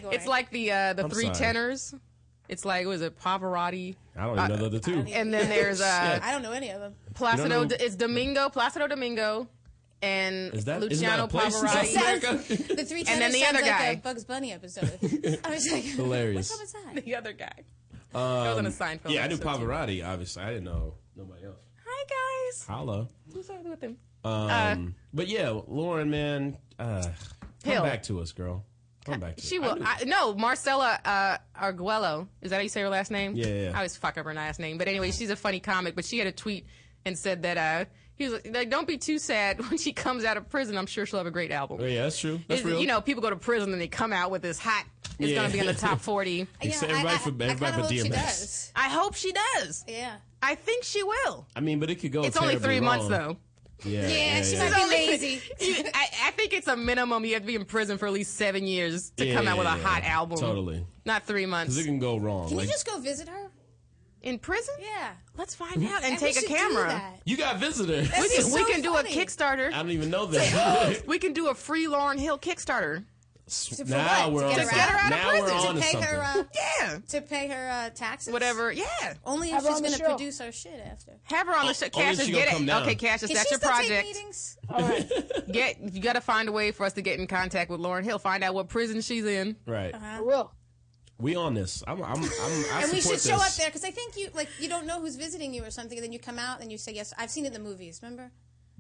Speaker 5: Proz.
Speaker 4: It's like the uh, the
Speaker 5: I'm
Speaker 4: three
Speaker 5: sorry.
Speaker 4: tenors. It's like was it Pavarotti?
Speaker 5: I don't even know the other two.
Speaker 4: And then there's uh,
Speaker 5: Shit.
Speaker 6: I don't know any of them.
Speaker 4: Placido.
Speaker 5: You don't know-
Speaker 4: It's Domingo. Placido Domingo. And
Speaker 5: Is that- isn't
Speaker 4: Luciano
Speaker 5: that a place in
Speaker 4: Pavarotti.
Speaker 5: South America?
Speaker 6: The three
Speaker 4: And then
Speaker 6: tenors
Speaker 4: the
Speaker 6: sounds
Speaker 4: other
Speaker 6: like
Speaker 4: guy.
Speaker 6: a Bugs Bunny episode. I was like,
Speaker 5: Hilarious.
Speaker 6: What's up with that?
Speaker 4: The other guy.
Speaker 5: Um,
Speaker 4: was on a Seinfeld
Speaker 5: Yeah, I knew
Speaker 4: episode, too.
Speaker 5: Pavarotti. Obviously, I didn't know nobody else.
Speaker 4: Hi guys.
Speaker 5: Holla.
Speaker 4: Who's talking with him?
Speaker 5: Um,
Speaker 4: Uh,
Speaker 5: but yeah, Lauren, man, uh, come
Speaker 4: Hill.
Speaker 5: back to us, girl. Come back to
Speaker 4: She
Speaker 5: us.
Speaker 4: will.
Speaker 5: knew-
Speaker 4: I, no, Marcella uh, Arguello. Is that how you say her last name?
Speaker 5: Yeah, yeah.
Speaker 4: I always fuck up her last name. But anyway, she's a funny comic. But she had a tweet and said that uh, he was like, "Don't be too sad when she comes out of prison. I'm sure she'll have a great album."
Speaker 5: Oh, yeah, that's true. That's
Speaker 4: It's-
Speaker 5: real.
Speaker 4: You know, people go to prison and they come out with this hot. It's
Speaker 5: Yeah.
Speaker 4: going to be in the top forty.
Speaker 5: Except everybody for everybody but DMX.
Speaker 4: I hope she does.
Speaker 6: Yeah.
Speaker 4: I think she will.
Speaker 5: I mean, but it could go.
Speaker 4: it's only
Speaker 5: terribly
Speaker 4: three months
Speaker 5: wrong.
Speaker 4: though.
Speaker 5: Yeah,
Speaker 6: she
Speaker 5: yeah.
Speaker 6: might be lazy.
Speaker 4: I, I think it's a minimum. You have to be in prison for at least seven years to come out with a
Speaker 5: Yeah,
Speaker 4: hot album.
Speaker 5: Totally.
Speaker 4: Not three months.
Speaker 5: Because it can go wrong.
Speaker 6: Can
Speaker 5: Like,
Speaker 6: you just go visit her?
Speaker 4: In prison?
Speaker 6: Yeah.
Speaker 4: Let's find out and
Speaker 6: And we
Speaker 4: take a
Speaker 6: should do
Speaker 4: camera.
Speaker 6: that.
Speaker 5: you got visitors.
Speaker 4: We can, we can do a
Speaker 5: I
Speaker 4: Kickstarter.
Speaker 5: don't even know this.
Speaker 4: we can do a free Lauren Hill Kickstarter.
Speaker 5: for Now what? we're To on get her something. out? Now we're onto
Speaker 6: to pay her, uh,
Speaker 5: something.
Speaker 4: yeah.
Speaker 6: To pay her uh, taxes.
Speaker 4: Whatever, yeah.
Speaker 6: Only if
Speaker 4: Have her
Speaker 6: she's
Speaker 4: on the
Speaker 6: going to
Speaker 4: show.
Speaker 6: produce our shit after.
Speaker 4: Have her on the show. Cassius,
Speaker 5: Oh, she gonna
Speaker 4: get
Speaker 5: come
Speaker 4: it.
Speaker 5: down.
Speaker 4: Okay, Cassius,
Speaker 6: Can
Speaker 4: that's
Speaker 6: she
Speaker 4: your
Speaker 6: still take
Speaker 4: project.
Speaker 6: meetings?
Speaker 4: Get you got to find a way for us to get in contact with Lauren Hill. Find out what prison she's in.
Speaker 5: Right.
Speaker 6: Uh-huh.
Speaker 7: will.
Speaker 5: We on this. I'm. I'm. I'm I
Speaker 6: and we should
Speaker 5: support
Speaker 6: show up
Speaker 5: this.
Speaker 6: there because I think you like you don't know who's visiting you or something, and then you come out and you say yes. I've seen it in the movies. Remember?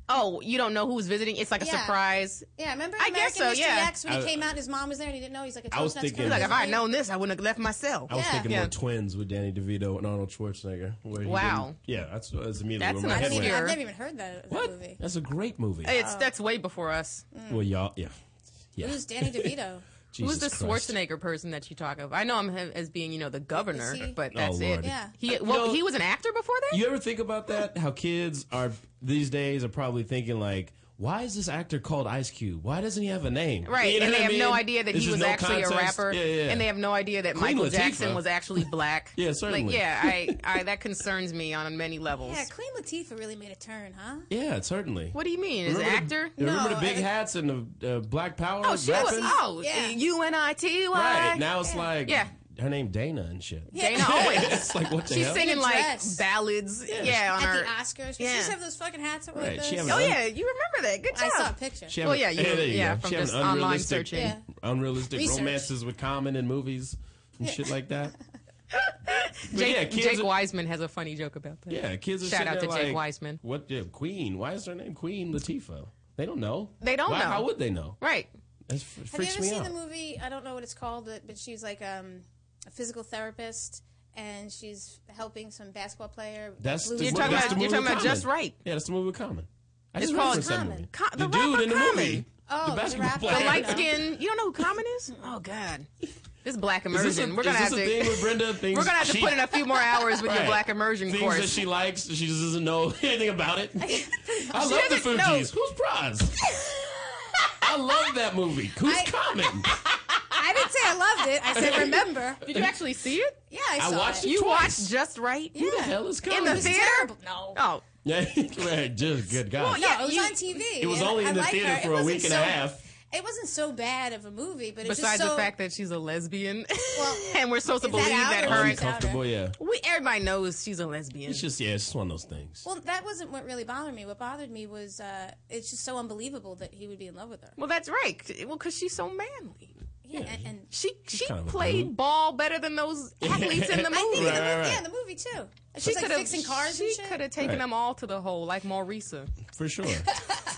Speaker 4: Oh, you don't know who's visiting. It's like a
Speaker 6: Yeah.
Speaker 4: surprise.
Speaker 6: Yeah, remember
Speaker 4: I
Speaker 6: American
Speaker 4: guess so,
Speaker 6: History
Speaker 4: yeah.
Speaker 6: X when he
Speaker 5: I-
Speaker 6: came out and his mom was there and he didn't know. He's like, it's
Speaker 5: I was
Speaker 6: nuts
Speaker 5: thinking-
Speaker 6: coming.
Speaker 5: Like,
Speaker 4: If I had known this, I wouldn't have left myself.
Speaker 5: I was
Speaker 6: Yeah.
Speaker 5: thinking
Speaker 6: Yeah.
Speaker 5: more twins with Danny DeVito and Arnold Schwarzenegger. Where he
Speaker 4: Wow.
Speaker 5: didn't- Yeah, that's, that's immediately
Speaker 4: That's
Speaker 5: where my
Speaker 4: an
Speaker 5: head went.
Speaker 4: obscure-
Speaker 6: I've never even heard that, that movie.
Speaker 5: That's a great movie.
Speaker 4: It's that's way before us.
Speaker 5: well, y'all. Yeah. Yeah.
Speaker 6: Who's Danny DeVito?
Speaker 5: Jesus
Speaker 4: Who's the
Speaker 5: Christ.
Speaker 4: Schwarzenegger person that you talk of? I know him as being, you know, the governor,
Speaker 6: Is he-
Speaker 4: but
Speaker 5: Oh,
Speaker 4: that's it.
Speaker 5: Lord. Yeah.
Speaker 4: He well,
Speaker 5: No.
Speaker 4: he was an actor before that.
Speaker 5: You ever think about that? How kids are these days are probably thinking like, why is this actor called Ice Cube? Why doesn't he have a name?
Speaker 4: Right,
Speaker 5: You know
Speaker 4: and
Speaker 5: what
Speaker 4: they
Speaker 5: I
Speaker 4: have no
Speaker 5: mean?
Speaker 4: idea that
Speaker 5: There's
Speaker 4: he was
Speaker 5: just no
Speaker 4: actually a
Speaker 5: context.
Speaker 4: rapper,
Speaker 5: Yeah, yeah.
Speaker 4: and they have no idea that
Speaker 5: Queen
Speaker 4: Michael
Speaker 5: Latifah.
Speaker 4: Jackson was actually black.
Speaker 5: Yeah, certainly.
Speaker 4: Like, yeah, I, I, that concerns me on many levels.
Speaker 6: Yeah, Queen Latifah really made a turn, huh?
Speaker 5: Yeah, certainly.
Speaker 4: What do you mean? Is an
Speaker 5: Remember
Speaker 4: actor?
Speaker 5: The, remember
Speaker 6: No,
Speaker 5: the big
Speaker 6: I-
Speaker 5: hats and the uh, black power?
Speaker 4: Oh, she was.
Speaker 5: rapping?
Speaker 4: Oh,
Speaker 6: Yeah.
Speaker 4: U N I T Y.
Speaker 5: right. Now it's like
Speaker 4: Yeah.
Speaker 5: her name Dana and shit.
Speaker 4: Dana Owens.
Speaker 5: it's like what the
Speaker 4: She's
Speaker 5: hell?
Speaker 4: singing
Speaker 6: a
Speaker 4: like
Speaker 6: dress.
Speaker 4: ballads. Yeah, on
Speaker 6: At
Speaker 4: her.
Speaker 6: the Oscars.
Speaker 4: Yeah.
Speaker 6: She used to have those fucking hats that were
Speaker 5: Right,
Speaker 6: like
Speaker 5: she
Speaker 6: this.
Speaker 5: had
Speaker 4: Oh yeah, you remember that? Good job.
Speaker 6: I saw a picture.
Speaker 5: She had
Speaker 4: well,
Speaker 5: an-
Speaker 4: yeah, you,
Speaker 5: there you
Speaker 4: yeah,
Speaker 5: go.
Speaker 4: from
Speaker 5: She had
Speaker 4: just
Speaker 5: an
Speaker 4: online
Speaker 5: unrealistic-
Speaker 4: searching.
Speaker 6: Yeah.
Speaker 5: Unrealistic
Speaker 6: Research.
Speaker 5: romances with common in movies and shit like that. But
Speaker 4: Jake,
Speaker 5: yeah, kids
Speaker 4: Jake
Speaker 5: are-
Speaker 4: Wiseman has a funny joke about that.
Speaker 5: Yeah, kids are
Speaker 4: Shout
Speaker 5: sitting
Speaker 4: out to
Speaker 5: there
Speaker 4: Jake
Speaker 5: like,
Speaker 4: Wiseman.
Speaker 5: What yeah, Queen? Why is her name Queen Latifah? They don't know.
Speaker 4: They don't
Speaker 5: Why-
Speaker 4: know.
Speaker 5: How would they know?
Speaker 4: Right.
Speaker 5: That fr-
Speaker 6: Have you
Speaker 5: freaks
Speaker 6: ever
Speaker 5: me
Speaker 6: seen
Speaker 5: out.
Speaker 6: the movie? I don't know what it's called, but, but she's like um, a physical therapist and she's helping some basketball player.
Speaker 5: That's the,
Speaker 6: lose
Speaker 4: You're
Speaker 5: mo-
Speaker 6: weight.
Speaker 4: talking
Speaker 5: that's
Speaker 4: about-
Speaker 5: the
Speaker 4: you're
Speaker 5: movie
Speaker 4: talking about
Speaker 5: Common.
Speaker 4: Just Right.
Speaker 5: Yeah, that's the movie Common. I just
Speaker 4: It's called
Speaker 5: referenced that
Speaker 6: Common.
Speaker 5: movie.
Speaker 4: Co-
Speaker 5: the
Speaker 4: the
Speaker 5: dude
Speaker 4: rapper
Speaker 5: in the
Speaker 4: Common.
Speaker 5: movie.
Speaker 6: Oh,
Speaker 5: the
Speaker 6: the
Speaker 5: basketball
Speaker 6: rapper.
Speaker 5: player.
Speaker 4: The light skin. You don't know who Common is? Oh God. This black
Speaker 5: Is
Speaker 4: immersion.
Speaker 5: this a,
Speaker 4: we're gonna
Speaker 5: is
Speaker 4: have
Speaker 5: this
Speaker 4: to.
Speaker 5: a thing with Brenda? Things
Speaker 4: we're gonna have to
Speaker 5: she-
Speaker 4: put in a few more hours with your
Speaker 5: Right.
Speaker 4: black immersion
Speaker 5: Things
Speaker 4: course.
Speaker 5: that she likes, she just doesn't know anything about it. I
Speaker 4: She
Speaker 5: love the
Speaker 4: doesn't know.
Speaker 5: Fugees. Who's Proz? I love that movie. Who's Common?
Speaker 6: I didn't say I loved it. I said remember.
Speaker 4: Did you actually see it?
Speaker 6: Yeah, I
Speaker 5: I
Speaker 6: saw
Speaker 5: watched
Speaker 6: it.
Speaker 5: it
Speaker 4: You
Speaker 5: twice.
Speaker 4: watched Just Right.
Speaker 5: Who the hell is Common?
Speaker 4: In the
Speaker 6: It was
Speaker 4: theater?
Speaker 6: terrible. No.
Speaker 4: Oh.
Speaker 5: Yeah, right, just good God.
Speaker 4: Well,
Speaker 6: No,
Speaker 4: yeah,
Speaker 6: it was
Speaker 4: you-
Speaker 6: on TV.
Speaker 5: It was
Speaker 6: and
Speaker 5: only
Speaker 6: I
Speaker 5: in the
Speaker 6: like
Speaker 5: theater
Speaker 6: her. It
Speaker 5: for a
Speaker 6: wasn't
Speaker 5: week and a
Speaker 6: so-
Speaker 5: half.
Speaker 6: It wasn't so bad of a movie, but it was
Speaker 4: Besides
Speaker 6: just so,
Speaker 4: the fact that she's a lesbian,
Speaker 6: Well,
Speaker 4: and we're supposed to
Speaker 6: is
Speaker 4: believe
Speaker 6: that out
Speaker 4: that,
Speaker 6: or
Speaker 4: her,
Speaker 6: is it out?
Speaker 5: Uncomfortable, yeah.
Speaker 4: we everybody knows she's a lesbian.
Speaker 5: It's just yeah, it's just one of those things.
Speaker 6: Well, that wasn't what really bothered me. What bothered me was uh, it's just so unbelievable that he would be in love with her.
Speaker 4: Well, that's right. Well, because she's so manly.
Speaker 6: Yeah, and, and
Speaker 4: She she
Speaker 5: kind of a
Speaker 4: played ball better than those athletes in the
Speaker 6: I think
Speaker 4: movie.
Speaker 6: in the
Speaker 5: Right, right,
Speaker 6: movie,
Speaker 5: right.
Speaker 6: yeah, in the movie too. And
Speaker 4: She
Speaker 6: She's like
Speaker 4: coulda-
Speaker 6: fixing cars
Speaker 4: She
Speaker 6: and shit.
Speaker 4: could have taken
Speaker 5: Right.
Speaker 4: them all to the hole, like Maurisa.
Speaker 5: For sure.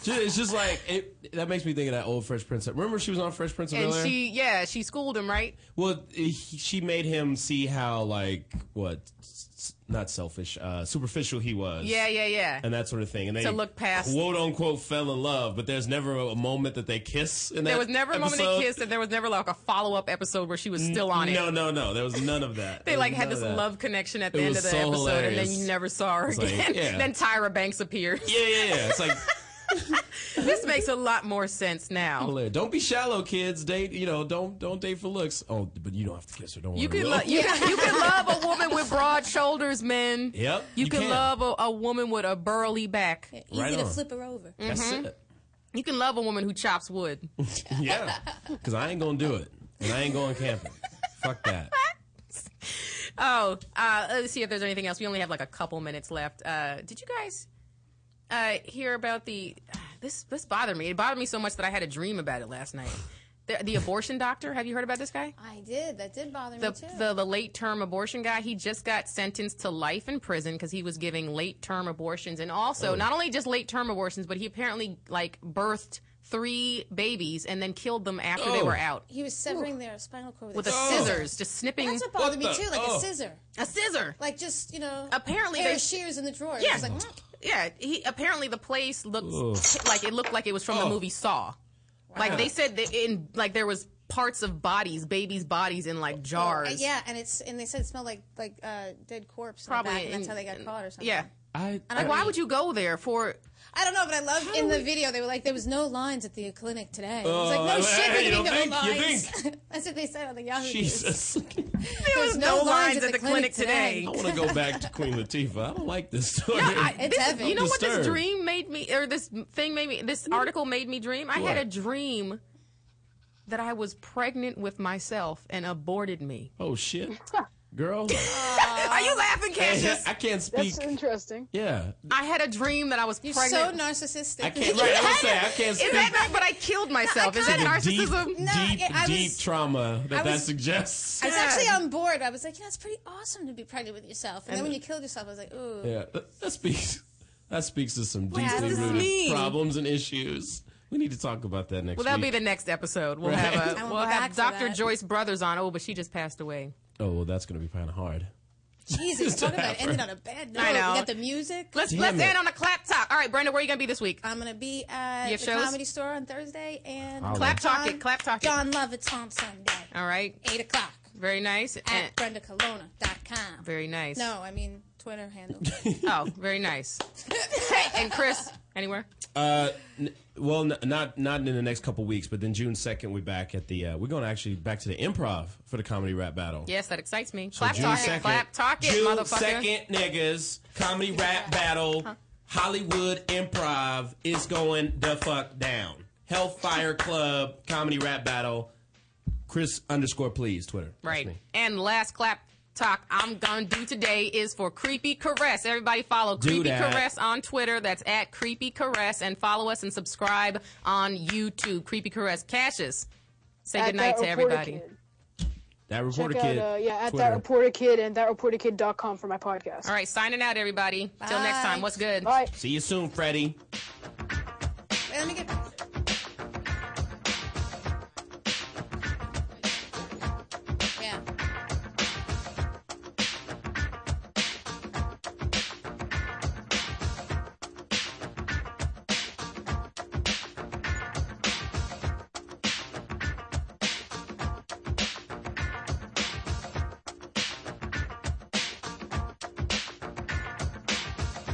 Speaker 5: Ju- it's just like it, that makes me think of that old Fresh Prince. Remember she was on Fresh Prince of
Speaker 4: And
Speaker 5: Bel Air.
Speaker 4: she, yeah, she schooled him, right?
Speaker 5: well, he, she made him see how like what s- not selfish, uh, superficial he was.
Speaker 4: Yeah, yeah, yeah.
Speaker 5: And that sort of thing, and they
Speaker 4: To look past-
Speaker 5: quote unquote fell in love, but there's never a moment that they kiss. In that
Speaker 4: there was never a moment
Speaker 5: episode.
Speaker 4: they kissed, and there was never like a follow up episode where she was still on it.
Speaker 5: No, no, no. There was none of that.
Speaker 4: They
Speaker 5: There
Speaker 4: like
Speaker 5: was
Speaker 4: had
Speaker 5: none
Speaker 4: this
Speaker 5: of that.
Speaker 4: love connection at the
Speaker 5: It
Speaker 4: end
Speaker 5: was
Speaker 4: of the
Speaker 5: so
Speaker 4: episode, and then
Speaker 5: hilarious.
Speaker 4: you never saw her
Speaker 5: It's like,
Speaker 4: again.
Speaker 5: yeah.
Speaker 4: Then Tyra Banks appears.
Speaker 5: Yeah, yeah, yeah. It's like
Speaker 4: this makes a lot more sense now.
Speaker 5: hilarious. Don't be shallow, kids. Date, you know, don't don't date for looks. Oh, but you don't have to kiss her. Don't
Speaker 4: You
Speaker 5: worry.
Speaker 4: can,
Speaker 5: Will.
Speaker 4: lo- you, can, you can love a woman with broad shoulders, men.
Speaker 5: Yep,
Speaker 4: You,
Speaker 5: you
Speaker 4: can,
Speaker 5: can.
Speaker 4: love a, a woman with a burly back.
Speaker 6: Easy
Speaker 5: Right
Speaker 6: to
Speaker 5: on.
Speaker 6: flip her over.
Speaker 5: That's
Speaker 4: mm-hmm.
Speaker 5: it.
Speaker 4: You can love a woman who chops wood.
Speaker 5: Yeah, because I ain't gonna do it, and I ain't going camping. Fuck that.
Speaker 4: Oh, uh, let's see if there's anything else. We only have like a couple minutes left. Uh, did you guys uh, hear about the? This this bothered me. It bothered me so much that I had a dream about it last night. The, the abortion doctor. Have you heard about this guy?
Speaker 6: I did. That did bother
Speaker 4: the,
Speaker 6: me too.
Speaker 4: the the late term abortion guy. He just got sentenced to life in prison because he was giving late term abortions, and
Speaker 6: Oh.
Speaker 4: also not only just late term abortions, but he apparently like birthed three babies and then killed them after they
Speaker 5: Oh.
Speaker 4: were out
Speaker 6: he was severing their spinal cord with,
Speaker 4: with a scissors, just snipping
Speaker 6: Oh. That's what bothered
Speaker 5: What
Speaker 6: me
Speaker 5: the-
Speaker 6: too, like
Speaker 5: oh.
Speaker 6: a scissor,
Speaker 4: a scissor.
Speaker 6: like just you know,
Speaker 4: Apparently
Speaker 6: pair
Speaker 4: they-
Speaker 6: of shears in the drawer.
Speaker 4: Yeah.
Speaker 6: It's like, mm.
Speaker 4: Yeah, he apparently the place
Speaker 5: Ugh. Oh.
Speaker 4: looks like it looked like it was from the movie Saw. Like they said that in like there was parts of bodies, babies' bodies in like jars.
Speaker 6: Uh, yeah, and it's and they said it smelled like like uh, dead corpse. in the
Speaker 4: Probably
Speaker 6: back, and that's
Speaker 4: in-
Speaker 6: how they got
Speaker 4: in-
Speaker 6: caught or something.
Speaker 4: Yeah.
Speaker 5: I,
Speaker 4: Like why would you go there for
Speaker 6: I don't know, but I love in the video they were like, there was no lines at the clinic today. I
Speaker 4: Oh,
Speaker 6: was like, no shit, there
Speaker 5: you
Speaker 6: can be
Speaker 5: don't
Speaker 6: no
Speaker 5: think, you
Speaker 6: lines.
Speaker 5: think.
Speaker 6: That's what they said on the Yahoo. News.
Speaker 5: Jesus.
Speaker 6: There
Speaker 4: was no lines at the clinic today.
Speaker 5: I want to go back to Queen Latifah. I don't like this story.
Speaker 4: This- You know what this
Speaker 5: Disturbed.
Speaker 4: dream made me, or this thing made me,
Speaker 6: Mm.
Speaker 4: this article made me dream? I had
Speaker 5: What?
Speaker 4: a dream that I was pregnant with myself and aborted me.
Speaker 5: Oh shit, girl.
Speaker 4: Oh, Are you laughing, Cassius?
Speaker 5: I can't speak.
Speaker 4: interesting.
Speaker 5: Yeah,
Speaker 4: I had a dream that I was
Speaker 6: You're so
Speaker 4: pregnant.
Speaker 6: narcissistic.
Speaker 5: I can't. Right, I would say I can't
Speaker 4: Is
Speaker 5: speak.
Speaker 4: that not, but I killed myself. Is that
Speaker 5: to the deep,
Speaker 4: narcissism?
Speaker 5: Deep,
Speaker 6: yeah, I
Speaker 5: deep
Speaker 6: was-
Speaker 5: trauma that
Speaker 6: I
Speaker 5: that
Speaker 6: was-
Speaker 5: suggests.
Speaker 6: I was actually on board. I was like, you know, it's pretty awesome to be pregnant with yourself. And, then
Speaker 5: And-
Speaker 6: when you killed yourself, I was like, ooh.
Speaker 5: Yeah, that, that speaks. That speaks to some
Speaker 6: What does
Speaker 5: deeply
Speaker 6: this
Speaker 5: rooted
Speaker 6: mean?
Speaker 5: problems and issues. We need to talk about that next
Speaker 4: Well, that'll
Speaker 5: week.
Speaker 4: be the next episode. We'll
Speaker 5: Right.
Speaker 4: have
Speaker 5: I
Speaker 4: a
Speaker 5: won't
Speaker 4: we'll
Speaker 6: be back
Speaker 4: have
Speaker 6: for
Speaker 4: Dr.
Speaker 6: that.
Speaker 4: Joyce Brothers on. Oh, but she just passed away.
Speaker 5: oh well, that's going to be kind of hard.
Speaker 6: Jesus,
Speaker 5: Just to
Speaker 6: talking about
Speaker 5: have her-
Speaker 6: ending on a bad note.
Speaker 4: I know.
Speaker 6: You got the music.
Speaker 4: Let's
Speaker 5: Damn
Speaker 4: let's
Speaker 5: it.
Speaker 4: end on a clap talk. All right, Brenda, where are you gonna be this week?
Speaker 6: I'm gonna be at
Speaker 4: Your
Speaker 6: the
Speaker 4: shows?
Speaker 6: comedy store on Thursday and
Speaker 4: Holla. Clap talk
Speaker 6: John-
Speaker 4: it, clap talk it.
Speaker 6: John Lovitz on Sunday,
Speaker 4: All right,
Speaker 6: eight o'clock
Speaker 4: very nice.
Speaker 6: at
Speaker 4: And-
Speaker 6: BrendaColona.com.
Speaker 4: very nice.
Speaker 6: No, I mean Twitter handle.
Speaker 4: Oh, very nice. and Chris, anywhere?
Speaker 5: Uh, n- well, n- not not in the next couple weeks, but then June second, we're back at the. Uh, we're going to actually back to the improv for the comedy rap battle.
Speaker 4: Yes, that excites me.
Speaker 5: So
Speaker 4: clap
Speaker 5: June
Speaker 4: talk
Speaker 5: 2nd
Speaker 4: it, clap talk it,
Speaker 5: June
Speaker 4: motherfucker.
Speaker 5: second, niggas, comedy rap battle, Hollywood improv is going the fuck down. Hellfire Club comedy rap battle. Chris underscore please Twitter. That's
Speaker 4: Right.
Speaker 5: me.
Speaker 4: And last clap talk I'm gonna do today is for Creepy Caress. Everybody follow
Speaker 5: Do
Speaker 4: Creepy
Speaker 5: that.
Speaker 4: Caress on Twitter. That's at Creepy Caress and follow us and subscribe on YouTube. Creepy Caress Cassius. Say
Speaker 7: At
Speaker 4: goodnight
Speaker 7: that
Speaker 4: to
Speaker 7: reporter
Speaker 4: everybody.
Speaker 7: kid.
Speaker 5: That
Speaker 7: Check
Speaker 5: reporter
Speaker 7: out,
Speaker 5: kid.
Speaker 7: uh, yeah, at
Speaker 5: Twitter.
Speaker 7: that reporter kid and thatreporterkid.com for my podcast.
Speaker 4: All right, signing out everybody. Till next time. What's good?
Speaker 5: See you soon, Freddie.
Speaker 6: Wait, let me get. Yeah.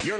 Speaker 1: You're